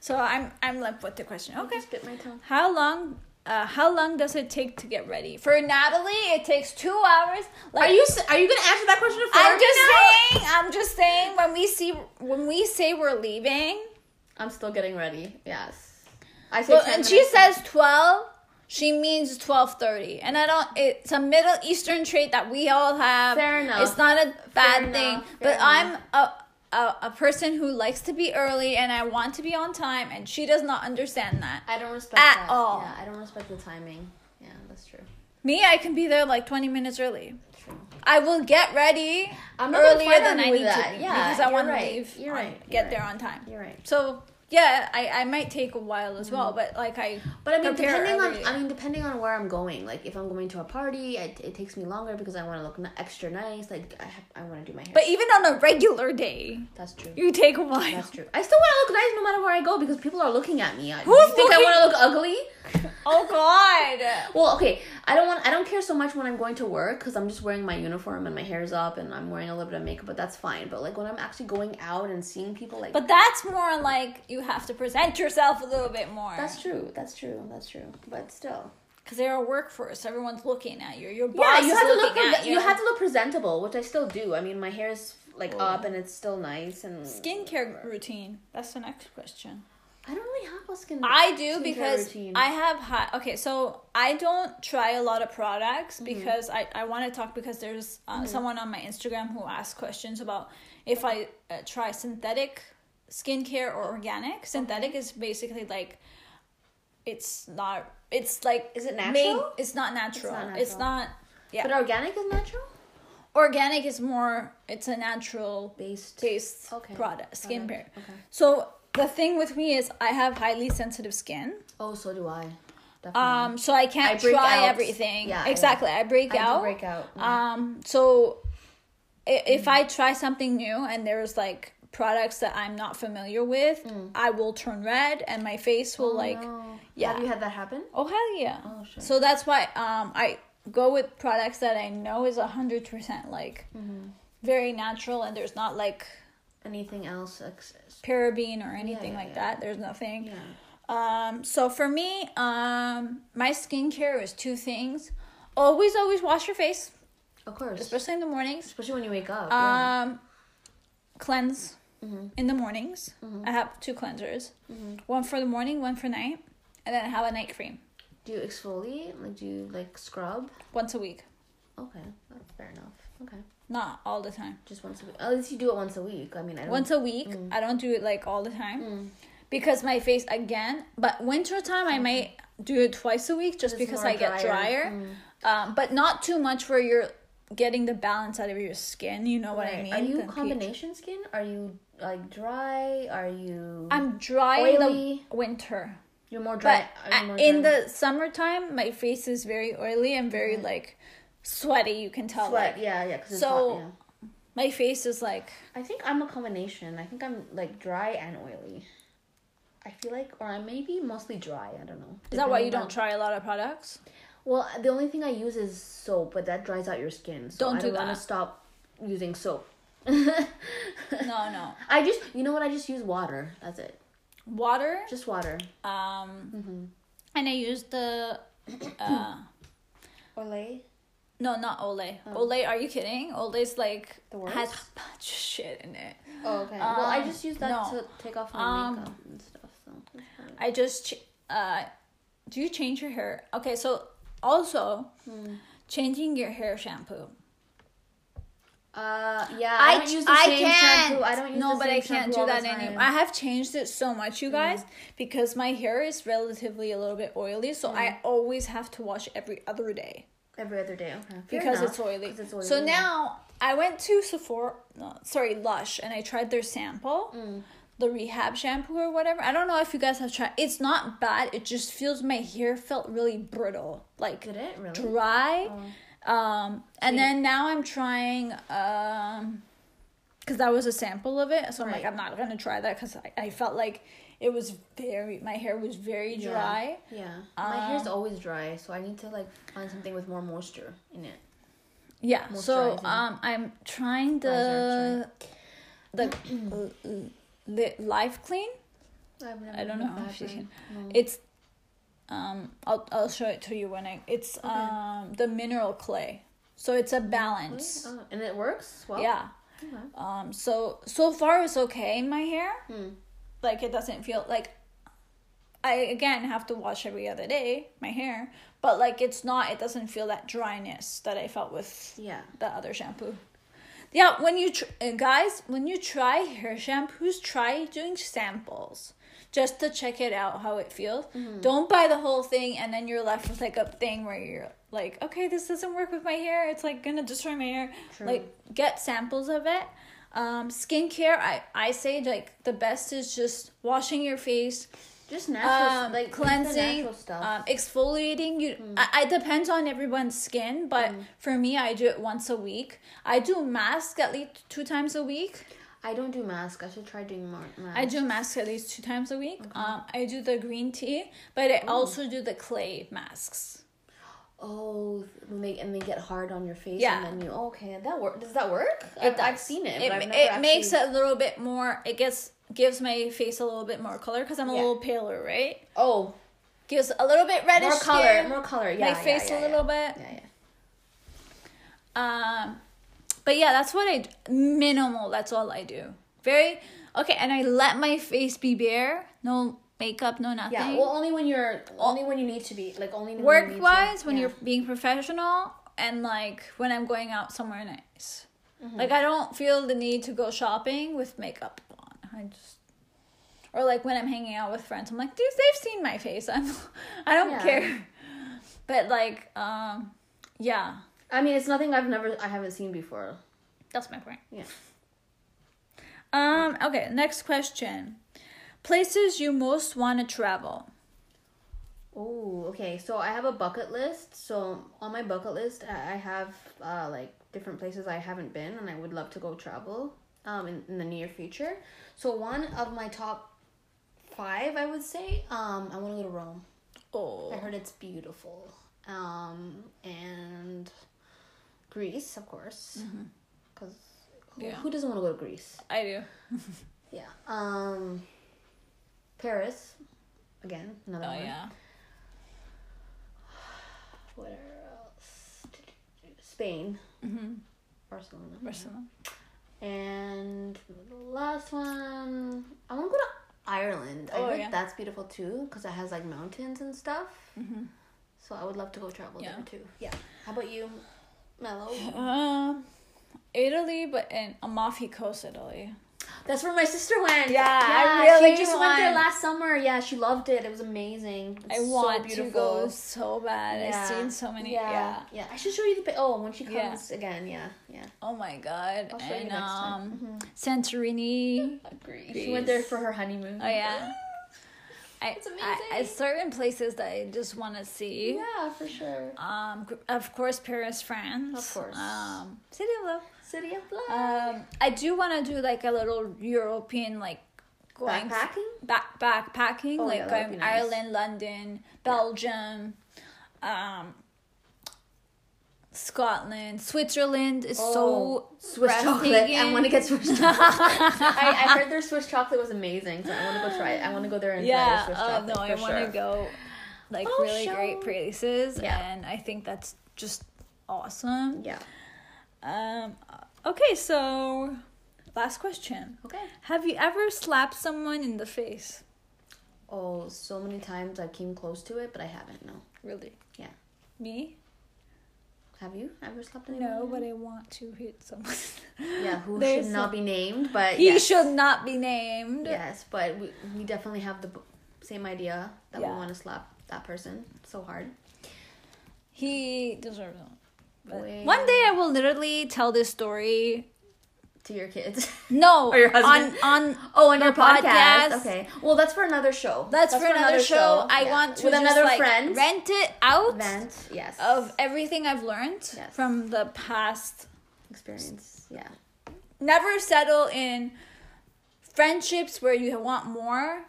[SPEAKER 1] So I'm I'm left with the question. Okay.
[SPEAKER 2] Just bit my tongue.
[SPEAKER 1] How long? Uh, how long does it take to get ready? For Natalie, it takes two hours. Like
[SPEAKER 2] s- are you gonna answer that question for
[SPEAKER 1] I'm
[SPEAKER 2] me
[SPEAKER 1] just
[SPEAKER 2] now?
[SPEAKER 1] saying. I'm just saying. When we see, when we say we're leaving,
[SPEAKER 2] I'm still getting ready. Yes. I say.
[SPEAKER 1] well,
[SPEAKER 2] 10
[SPEAKER 1] and she
[SPEAKER 2] minutes.
[SPEAKER 1] says twelve. She means twelve thirty, and I don't. It's a Middle Eastern trait that we all have.
[SPEAKER 2] Fair enough.
[SPEAKER 1] It's not a bad
[SPEAKER 2] enough,
[SPEAKER 1] thing,
[SPEAKER 2] fair
[SPEAKER 1] but
[SPEAKER 2] enough.
[SPEAKER 1] I'm a, a a person who likes to be early, and I want to be on time, and she does not understand that.
[SPEAKER 2] I don't respect
[SPEAKER 1] At
[SPEAKER 2] that.
[SPEAKER 1] all.
[SPEAKER 2] Yeah, I don't respect the timing. Yeah, that's true.
[SPEAKER 1] Me, I can be there like twenty minutes early.
[SPEAKER 2] True.
[SPEAKER 1] I will get ready
[SPEAKER 2] I'm not gonna
[SPEAKER 1] earlier
[SPEAKER 2] fight
[SPEAKER 1] than
[SPEAKER 2] on you
[SPEAKER 1] I
[SPEAKER 2] with
[SPEAKER 1] need
[SPEAKER 2] that.
[SPEAKER 1] to be
[SPEAKER 2] Yeah,
[SPEAKER 1] because I
[SPEAKER 2] you're
[SPEAKER 1] want to
[SPEAKER 2] right.
[SPEAKER 1] leave.
[SPEAKER 2] You're
[SPEAKER 1] on-
[SPEAKER 2] right. You're
[SPEAKER 1] Get
[SPEAKER 2] right.
[SPEAKER 1] there on time.
[SPEAKER 2] You're right. Mm-hmm.
[SPEAKER 1] So yeah, I, I might take a while as well, but like I.
[SPEAKER 2] But I mean,
[SPEAKER 1] prepare
[SPEAKER 2] depending
[SPEAKER 1] early.
[SPEAKER 2] on I mean, depending on where I'm going. Like, if I'm going to a party, it, it takes me longer because I want to look n- extra nice. Like, I have, I want to do my hair.
[SPEAKER 1] But even on a regular day,
[SPEAKER 2] that's true.
[SPEAKER 1] you take a while.
[SPEAKER 2] That's true. I still want to look nice no matter where I go because people are looking at me. I,
[SPEAKER 1] Who's
[SPEAKER 2] you think I
[SPEAKER 1] looking-
[SPEAKER 2] want to look ugly?
[SPEAKER 1] Oh God!
[SPEAKER 2] Well, okay. I don't want. I don't care so much when I'm going to work because I'm just wearing my uniform and my hair's up and I'm wearing a little bit of makeup, but that's fine. But like when I'm actually going out and seeing people, like
[SPEAKER 1] But that's more like you have to present yourself a little bit more.
[SPEAKER 2] that's true. That's true. That's true. But still.
[SPEAKER 1] because they're a workforce. Everyone's looking at you. Your
[SPEAKER 2] Yeah,
[SPEAKER 1] boss
[SPEAKER 2] you
[SPEAKER 1] is
[SPEAKER 2] have to
[SPEAKER 1] looking
[SPEAKER 2] look.
[SPEAKER 1] at
[SPEAKER 2] Pre-
[SPEAKER 1] you.
[SPEAKER 2] you have to look presentable, which I still do. I mean, my hair is like up and it's still nice. And
[SPEAKER 1] skincare routine. That's the next question.
[SPEAKER 2] I don't really have a skin.
[SPEAKER 1] I do
[SPEAKER 2] skincare
[SPEAKER 1] because
[SPEAKER 2] routine.
[SPEAKER 1] I have high. Okay, so I don't try a lot of products
[SPEAKER 2] Mm-hmm.
[SPEAKER 1] because I, I want to talk because there's uh, someone on my Instagram who asked questions about if I uh, try synthetic skincare or organic. Synthetic is basically like it's not. It's like
[SPEAKER 2] Is it natural?
[SPEAKER 1] it's not natural. It's not.
[SPEAKER 2] natural.
[SPEAKER 1] yeah.
[SPEAKER 2] but organic is natural
[SPEAKER 1] organic is more. It's a natural
[SPEAKER 2] based.
[SPEAKER 1] based
[SPEAKER 2] Okay.
[SPEAKER 1] product skincare.
[SPEAKER 2] Okay.
[SPEAKER 1] So the thing with me is I have highly sensitive skin.
[SPEAKER 2] Oh, so do I. Definitely.
[SPEAKER 1] Um, so I can't
[SPEAKER 2] I break
[SPEAKER 1] try
[SPEAKER 2] out.
[SPEAKER 1] everything.
[SPEAKER 2] Yeah, I-
[SPEAKER 1] exactly. I, break
[SPEAKER 2] I do
[SPEAKER 1] out.
[SPEAKER 2] break out. Mm.
[SPEAKER 1] Um, so i- if I try something new and there's like products that I'm not familiar with, I will turn red and my face will like,
[SPEAKER 2] Mm. Oh, No.
[SPEAKER 1] yeah.
[SPEAKER 2] Have you had that happen?
[SPEAKER 1] oh hell yeah.
[SPEAKER 2] Oh, shit.
[SPEAKER 1] So that's why um I go with products that I know is a hundred percent like
[SPEAKER 2] Mm-hmm.
[SPEAKER 1] very natural and there's not like
[SPEAKER 2] Anything else? Ex-
[SPEAKER 1] paraben or anything
[SPEAKER 2] yeah,
[SPEAKER 1] like
[SPEAKER 2] yeah.
[SPEAKER 1] that. There's nothing.
[SPEAKER 2] yeah.
[SPEAKER 1] Um, so for me, um, my skincare is two things. Always, always wash your face,
[SPEAKER 2] Of course.
[SPEAKER 1] especially in the mornings.
[SPEAKER 2] Especially when you wake up. yeah.
[SPEAKER 1] Um, cleanse in the mornings. I have two cleansers, one for the morning, one for night, and then I have a night cream
[SPEAKER 2] Do you exfoliate? Like, do you like scrub?
[SPEAKER 1] once a week.
[SPEAKER 2] Okay, that's fair enough. Okay,
[SPEAKER 1] Not all the time.
[SPEAKER 2] just once a week. At least you do it once a week. I mean, I don't.
[SPEAKER 1] Once a week.
[SPEAKER 2] Mm.
[SPEAKER 1] I don't do it like all the time because my face again. But winter time, I might do it twice a week just
[SPEAKER 2] Mm-hmm. It's
[SPEAKER 1] because
[SPEAKER 2] more
[SPEAKER 1] I get
[SPEAKER 2] drier. Mm.
[SPEAKER 1] drier. Um, but not too much where you're getting the balance out of your skin. You know what I
[SPEAKER 2] Right.
[SPEAKER 1] mean?
[SPEAKER 2] Are you
[SPEAKER 1] Then pe-
[SPEAKER 2] combination skin? Are you like dry? Are you?
[SPEAKER 1] I'm dry in
[SPEAKER 2] Oily?
[SPEAKER 1] the winter,
[SPEAKER 2] you're more
[SPEAKER 1] but
[SPEAKER 2] dry. Mm.
[SPEAKER 1] a- in the summertime, my face is very oily and very like sweaty. You can tell.
[SPEAKER 2] sweat,
[SPEAKER 1] Like,
[SPEAKER 2] Oh, yeah, yeah, because it's
[SPEAKER 1] so-
[SPEAKER 2] hot. Yeah.
[SPEAKER 1] my face is like
[SPEAKER 2] I think I'm a combination. I think I'm like dry and oily. I feel like, or I may be mostly dry. I don't know.
[SPEAKER 1] Is that why you
[SPEAKER 2] Depending
[SPEAKER 1] don't try a lot of products?
[SPEAKER 2] on- Well, the only thing I use is soap, but that dries out your skin. So
[SPEAKER 1] Don't
[SPEAKER 2] I
[SPEAKER 1] do
[SPEAKER 2] don't want
[SPEAKER 1] that.
[SPEAKER 2] to stop using soap.
[SPEAKER 1] No, no.
[SPEAKER 2] I just, you know what? I just use water. That's it.
[SPEAKER 1] Water.
[SPEAKER 2] Just water.
[SPEAKER 1] Um,
[SPEAKER 2] Mm-hmm.
[SPEAKER 1] and I use the. Uh,
[SPEAKER 2] Olay.
[SPEAKER 1] no, not Olay. Olay, are you kidding? Olay's like
[SPEAKER 2] Oh. The worst?
[SPEAKER 1] has much shit in it.
[SPEAKER 2] Oh, okay. well, I
[SPEAKER 1] Um,
[SPEAKER 2] just use that
[SPEAKER 1] no.
[SPEAKER 2] to take off my
[SPEAKER 1] Um,
[SPEAKER 2] makeup and stuff. So it's fine.
[SPEAKER 1] I just ch- uh, do you change your hair? Okay, so also
[SPEAKER 2] Hmm.
[SPEAKER 1] changing your hair shampoo.
[SPEAKER 2] Uh, yeah. I, don't use the
[SPEAKER 1] I
[SPEAKER 2] same
[SPEAKER 1] can't.
[SPEAKER 2] shampoo. I don't use
[SPEAKER 1] no,
[SPEAKER 2] the
[SPEAKER 1] but
[SPEAKER 2] same
[SPEAKER 1] I can't
[SPEAKER 2] shampoo
[SPEAKER 1] do
[SPEAKER 2] all the
[SPEAKER 1] that
[SPEAKER 2] time. Hmm.
[SPEAKER 1] anymore. I have changed it so much, you guys, because my hair is relatively a little bit oily,
[SPEAKER 2] Hmm.
[SPEAKER 1] so I always have to wash every other day.
[SPEAKER 2] Every other day. Okay. Fair
[SPEAKER 1] because
[SPEAKER 2] enough,
[SPEAKER 1] it's, oily.
[SPEAKER 2] 'cause it's oily.
[SPEAKER 1] So
[SPEAKER 2] yeah.
[SPEAKER 1] now I went to Sephora, no, sorry, Lush, and I tried their sample,
[SPEAKER 2] Mm.
[SPEAKER 1] the rehab shampoo or whatever. I don't know if you guys have tried. It's not bad. It just feels my hair felt really brittle, like
[SPEAKER 2] Did it really? Oh.
[SPEAKER 1] dry. Um, and then now I'm trying um, because that was a sample of it. So I'm like,
[SPEAKER 2] Right.
[SPEAKER 1] I'm not gonna try that because I, I felt like it was very my hair was very
[SPEAKER 2] Yeah.
[SPEAKER 1] dry.
[SPEAKER 2] Yeah. My hair's always dry, so I need to like find something with more moisture in it.
[SPEAKER 1] Yeah. So
[SPEAKER 2] Moisturizing.
[SPEAKER 1] um, I'm trying the the l- li- Life Clean.
[SPEAKER 2] I've never
[SPEAKER 1] I don't know
[SPEAKER 2] had
[SPEAKER 1] if you
[SPEAKER 2] that.
[SPEAKER 1] can. It's um, I'll I'll show it to you when I. It's um the mineral clay. So it's a balance.
[SPEAKER 2] Oh, and it works well.
[SPEAKER 1] Yeah.
[SPEAKER 2] Okay.
[SPEAKER 1] Um. So so far it's okay in my hair.
[SPEAKER 2] Hmm.
[SPEAKER 1] Like it doesn't feel like. I again have to wash every other day my hair, but like it's not. It doesn't feel that dryness that I felt with
[SPEAKER 2] Yeah.
[SPEAKER 1] the other shampoo. Yeah, when you tr- uh, guys, when you try hair shampoos, try doing samples just to check it out how it feels. Don't buy the whole thing and then you're left with like a thing where you're like, okay, this doesn't work with my hair. It's like gonna destroy my hair.
[SPEAKER 2] True.
[SPEAKER 1] Like get samples of it. Um, skincare, I I say like the best is just washing your face,
[SPEAKER 2] Just natural,
[SPEAKER 1] um,
[SPEAKER 2] like use the
[SPEAKER 1] cleansing,
[SPEAKER 2] natural stuff. Hmm.
[SPEAKER 1] um, exfoliating. You, I, I depends on everyone's skin, but for me, I do it once a week. I do mask at least two times a week.
[SPEAKER 2] I don't do mask. I should try doing more mask.
[SPEAKER 1] I do mask at least two times a week. Um, I do the green tea, but I also do the clay masks.
[SPEAKER 2] oh, when they and they get hard on your face.
[SPEAKER 1] Yeah.
[SPEAKER 2] And then you oh, okay? That work? Does that work? I've, I've seen it.
[SPEAKER 1] It,
[SPEAKER 2] but I've
[SPEAKER 1] ma-
[SPEAKER 2] never
[SPEAKER 1] it makes
[SPEAKER 2] actually-
[SPEAKER 1] it a little bit more. It gets gives my face a little bit more color because I'm a
[SPEAKER 2] Yeah.
[SPEAKER 1] little paler, right?
[SPEAKER 2] oh
[SPEAKER 1] Gives a little bit reddish
[SPEAKER 2] more color,
[SPEAKER 1] skin,
[SPEAKER 2] more color. Yeah.
[SPEAKER 1] my
[SPEAKER 2] yeah,
[SPEAKER 1] face
[SPEAKER 2] yeah,
[SPEAKER 1] a
[SPEAKER 2] yeah.
[SPEAKER 1] little bit.
[SPEAKER 2] Yeah, yeah.
[SPEAKER 1] Um, but yeah, that's what I d- minimal. That's all I do. Very okay, and I let my face be bare. No makeup, no nothing.
[SPEAKER 2] Yeah, well, only when you're, only when you need to be, like only when you need
[SPEAKER 1] Work
[SPEAKER 2] to.
[SPEAKER 1] wise, Oh. when
[SPEAKER 2] Yeah.
[SPEAKER 1] you're being professional, and like when I'm going out somewhere nice,
[SPEAKER 2] Mm-hmm.
[SPEAKER 1] like I don't feel the need to go shopping with makeup on. I just. Or like when I'm hanging out with friends, I'm like, dude, they've seen my face. I'm, I don't
[SPEAKER 2] Yeah.
[SPEAKER 1] care. But like, um, yeah,
[SPEAKER 2] I mean, it's nothing I've never, I haven't seen before.
[SPEAKER 1] that's my point.
[SPEAKER 2] Yeah.
[SPEAKER 1] Um, okay, next question. Places you most want to travel.
[SPEAKER 2] Oh, okay. So I have a bucket list. So on my bucket list, I I have uh, like different places I haven't been, and I would love to go travel um, in, in the near future. So one of my top five, I would say, um, I want to go to Rome. I
[SPEAKER 1] Oh.
[SPEAKER 2] heard it's beautiful. Um, and Greece, of course, because
[SPEAKER 1] Mm-hmm. Yeah.
[SPEAKER 2] who doesn't want to go to Greece?
[SPEAKER 1] I do.
[SPEAKER 2] Yeah. Um, Paris, again, another
[SPEAKER 1] Oh
[SPEAKER 2] one.
[SPEAKER 1] yeah.
[SPEAKER 2] Where else? Spain.
[SPEAKER 1] Mm-hmm.
[SPEAKER 2] Barcelona.
[SPEAKER 1] Barcelona.
[SPEAKER 2] And the last one, I want to go to Ireland.
[SPEAKER 1] Oh,
[SPEAKER 2] I heard
[SPEAKER 1] yeah.
[SPEAKER 2] that's beautiful too because it has like mountains and stuff. So I would love to go travel
[SPEAKER 1] Mm-hmm. Yeah.
[SPEAKER 2] there too. Yeah. How about you, Mello?
[SPEAKER 1] Um Italy but in Amalfi Coast, Italy.
[SPEAKER 2] That's where my sister went.
[SPEAKER 1] Yeah, I really
[SPEAKER 2] She just went there
[SPEAKER 1] want-
[SPEAKER 2] last summer. Yeah, she loved it. It was amazing. It's
[SPEAKER 1] I
[SPEAKER 2] so
[SPEAKER 1] want to go
[SPEAKER 2] beautiful.
[SPEAKER 1] so bad. I've
[SPEAKER 2] Yeah.
[SPEAKER 1] seen so many. Yeah.
[SPEAKER 2] yeah. I should show you the pic. Oh, when she
[SPEAKER 1] Yeah.
[SPEAKER 2] comes again, yeah, yeah.
[SPEAKER 1] Oh my god.
[SPEAKER 2] I'll show you
[SPEAKER 1] and
[SPEAKER 2] next time. Mm-hmm.
[SPEAKER 1] um, Santorini.
[SPEAKER 2] Agree. She went there for her honeymoon.
[SPEAKER 1] Oh yeah. I,
[SPEAKER 2] It's
[SPEAKER 1] I, I
[SPEAKER 2] amazing.
[SPEAKER 1] certain places that I just want to see.
[SPEAKER 2] Yeah, for sure.
[SPEAKER 1] Um, gr- of course, Paris, France.
[SPEAKER 2] Of course.
[SPEAKER 1] Um, City of Love.
[SPEAKER 2] City of Love.
[SPEAKER 1] Um, I do want to do like a little European like going
[SPEAKER 2] Backpacking?
[SPEAKER 1] back backpacking
[SPEAKER 2] Oh, yeah,
[SPEAKER 1] like
[SPEAKER 2] that would
[SPEAKER 1] going
[SPEAKER 2] be nice.
[SPEAKER 1] Ireland, London, Belgium, um, Scotland, Switzerland is so
[SPEAKER 2] Oh, Swiss chocolate.
[SPEAKER 1] breathtaking.
[SPEAKER 2] I want to get Swiss chocolate. I, I heard their Swiss chocolate was amazing, so I want to go try it. I want to go there and
[SPEAKER 1] yeah.
[SPEAKER 2] try their Swiss
[SPEAKER 1] Oh
[SPEAKER 2] chocolate.
[SPEAKER 1] no, I
[SPEAKER 2] for
[SPEAKER 1] want to
[SPEAKER 2] sure.
[SPEAKER 1] go like
[SPEAKER 2] Oh,
[SPEAKER 1] really
[SPEAKER 2] sure.
[SPEAKER 1] great places,
[SPEAKER 2] Yeah.
[SPEAKER 1] and I think that's just awesome.
[SPEAKER 2] Yeah.
[SPEAKER 1] Um, okay, so last question.
[SPEAKER 2] Okay.
[SPEAKER 1] Have you ever slapped someone in the face?
[SPEAKER 2] Oh, so many times I came close to it, but I haven't. No.
[SPEAKER 1] Really?
[SPEAKER 2] Yeah.
[SPEAKER 1] Me?
[SPEAKER 2] Have you ever slept in
[SPEAKER 1] No, but I want to hit someone.
[SPEAKER 2] Yeah, who
[SPEAKER 1] There's
[SPEAKER 2] should not be named, but
[SPEAKER 1] He
[SPEAKER 2] yes.
[SPEAKER 1] should not be named.
[SPEAKER 2] Yes, but we, we definitely have the b- same idea that
[SPEAKER 1] Yeah.
[SPEAKER 2] we want to slap that person so hard.
[SPEAKER 1] He deserves it. But
[SPEAKER 2] Wait.
[SPEAKER 1] one day I will literally tell this story.
[SPEAKER 2] To your kids.
[SPEAKER 1] No,
[SPEAKER 2] Or your husband.
[SPEAKER 1] on on
[SPEAKER 2] Oh, on
[SPEAKER 1] The
[SPEAKER 2] your podcast.
[SPEAKER 1] podcast.
[SPEAKER 2] Okay. Well, that's for another show.
[SPEAKER 1] that's, for, another, show. I
[SPEAKER 2] Yeah.
[SPEAKER 1] want to
[SPEAKER 2] with
[SPEAKER 1] just,
[SPEAKER 2] another
[SPEAKER 1] like,
[SPEAKER 2] friend.
[SPEAKER 1] rent it out
[SPEAKER 2] Vent. Yes.
[SPEAKER 1] of everything I've learned
[SPEAKER 2] Yes.
[SPEAKER 1] from the past
[SPEAKER 2] experience. Yeah.
[SPEAKER 1] never settle in friendships where you want more.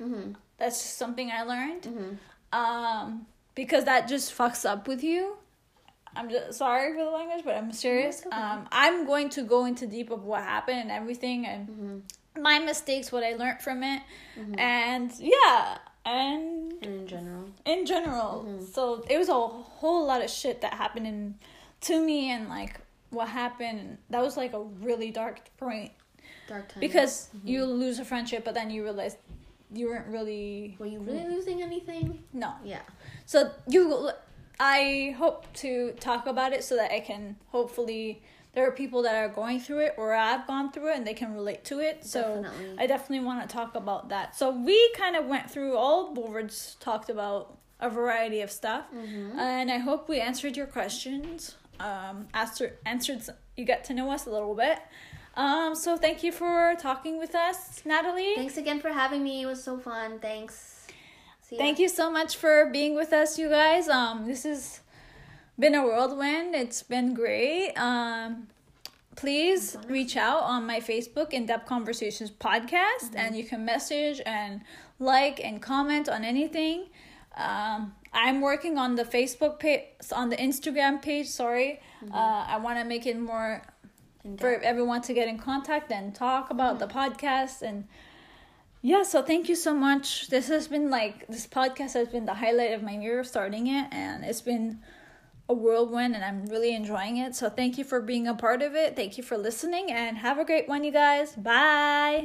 [SPEAKER 1] That's just something I learned. Um, because that just fucks up with you. I'm just sorry for the language, but I'm serious.
[SPEAKER 2] it's okay.
[SPEAKER 1] Um, I'm going to go into deep of what happened and everything and
[SPEAKER 2] Mm-hmm.
[SPEAKER 1] my mistakes, what I learned from it, and yeah, and
[SPEAKER 2] And in general.
[SPEAKER 1] in general.
[SPEAKER 2] Mm-hmm.
[SPEAKER 1] So it was a whole lot of shit that happened in, to me and like what happened. That was like a really dark point
[SPEAKER 2] Dark time.
[SPEAKER 1] because you lose a friendship, but then you realize you weren't really
[SPEAKER 2] were you really losing anything?
[SPEAKER 1] no.
[SPEAKER 2] Yeah.
[SPEAKER 1] So you, I hope to talk about it so that I can hopefully there are people that are going through it or I've gone through it and they can relate to it. So
[SPEAKER 2] Definitely.
[SPEAKER 1] I definitely want to talk about that. So we kind of went through all boards, talked about a variety of stuff, and I hope we answered your questions. Um, answer, answered. s- You got to know us a little bit. Um, so thank you for talking with us, Natalie.
[SPEAKER 2] Thanks again for having me. It was so fun. Thanks. See ya.
[SPEAKER 1] Thank you so much for being with us, you guys. Um, this has been a whirlwind. It's been great. Um, please reach out on my Facebook, In Depth Conversations podcast,
[SPEAKER 2] Mm-hmm.
[SPEAKER 1] and you can message and like and comment on anything. Um, I'm working on the Facebook page, on the Instagram page. Sorry, uh, I want to make it more
[SPEAKER 2] Mm-hmm. In Mm-hmm.
[SPEAKER 1] for everyone to get in contact and talk about the podcast and yeah so thank you so much this has been like this podcast has been the highlight of my year starting it and it's been a whirlwind and i'm really enjoying it so thank you for being a part of it thank you for listening and have a great one you guys bye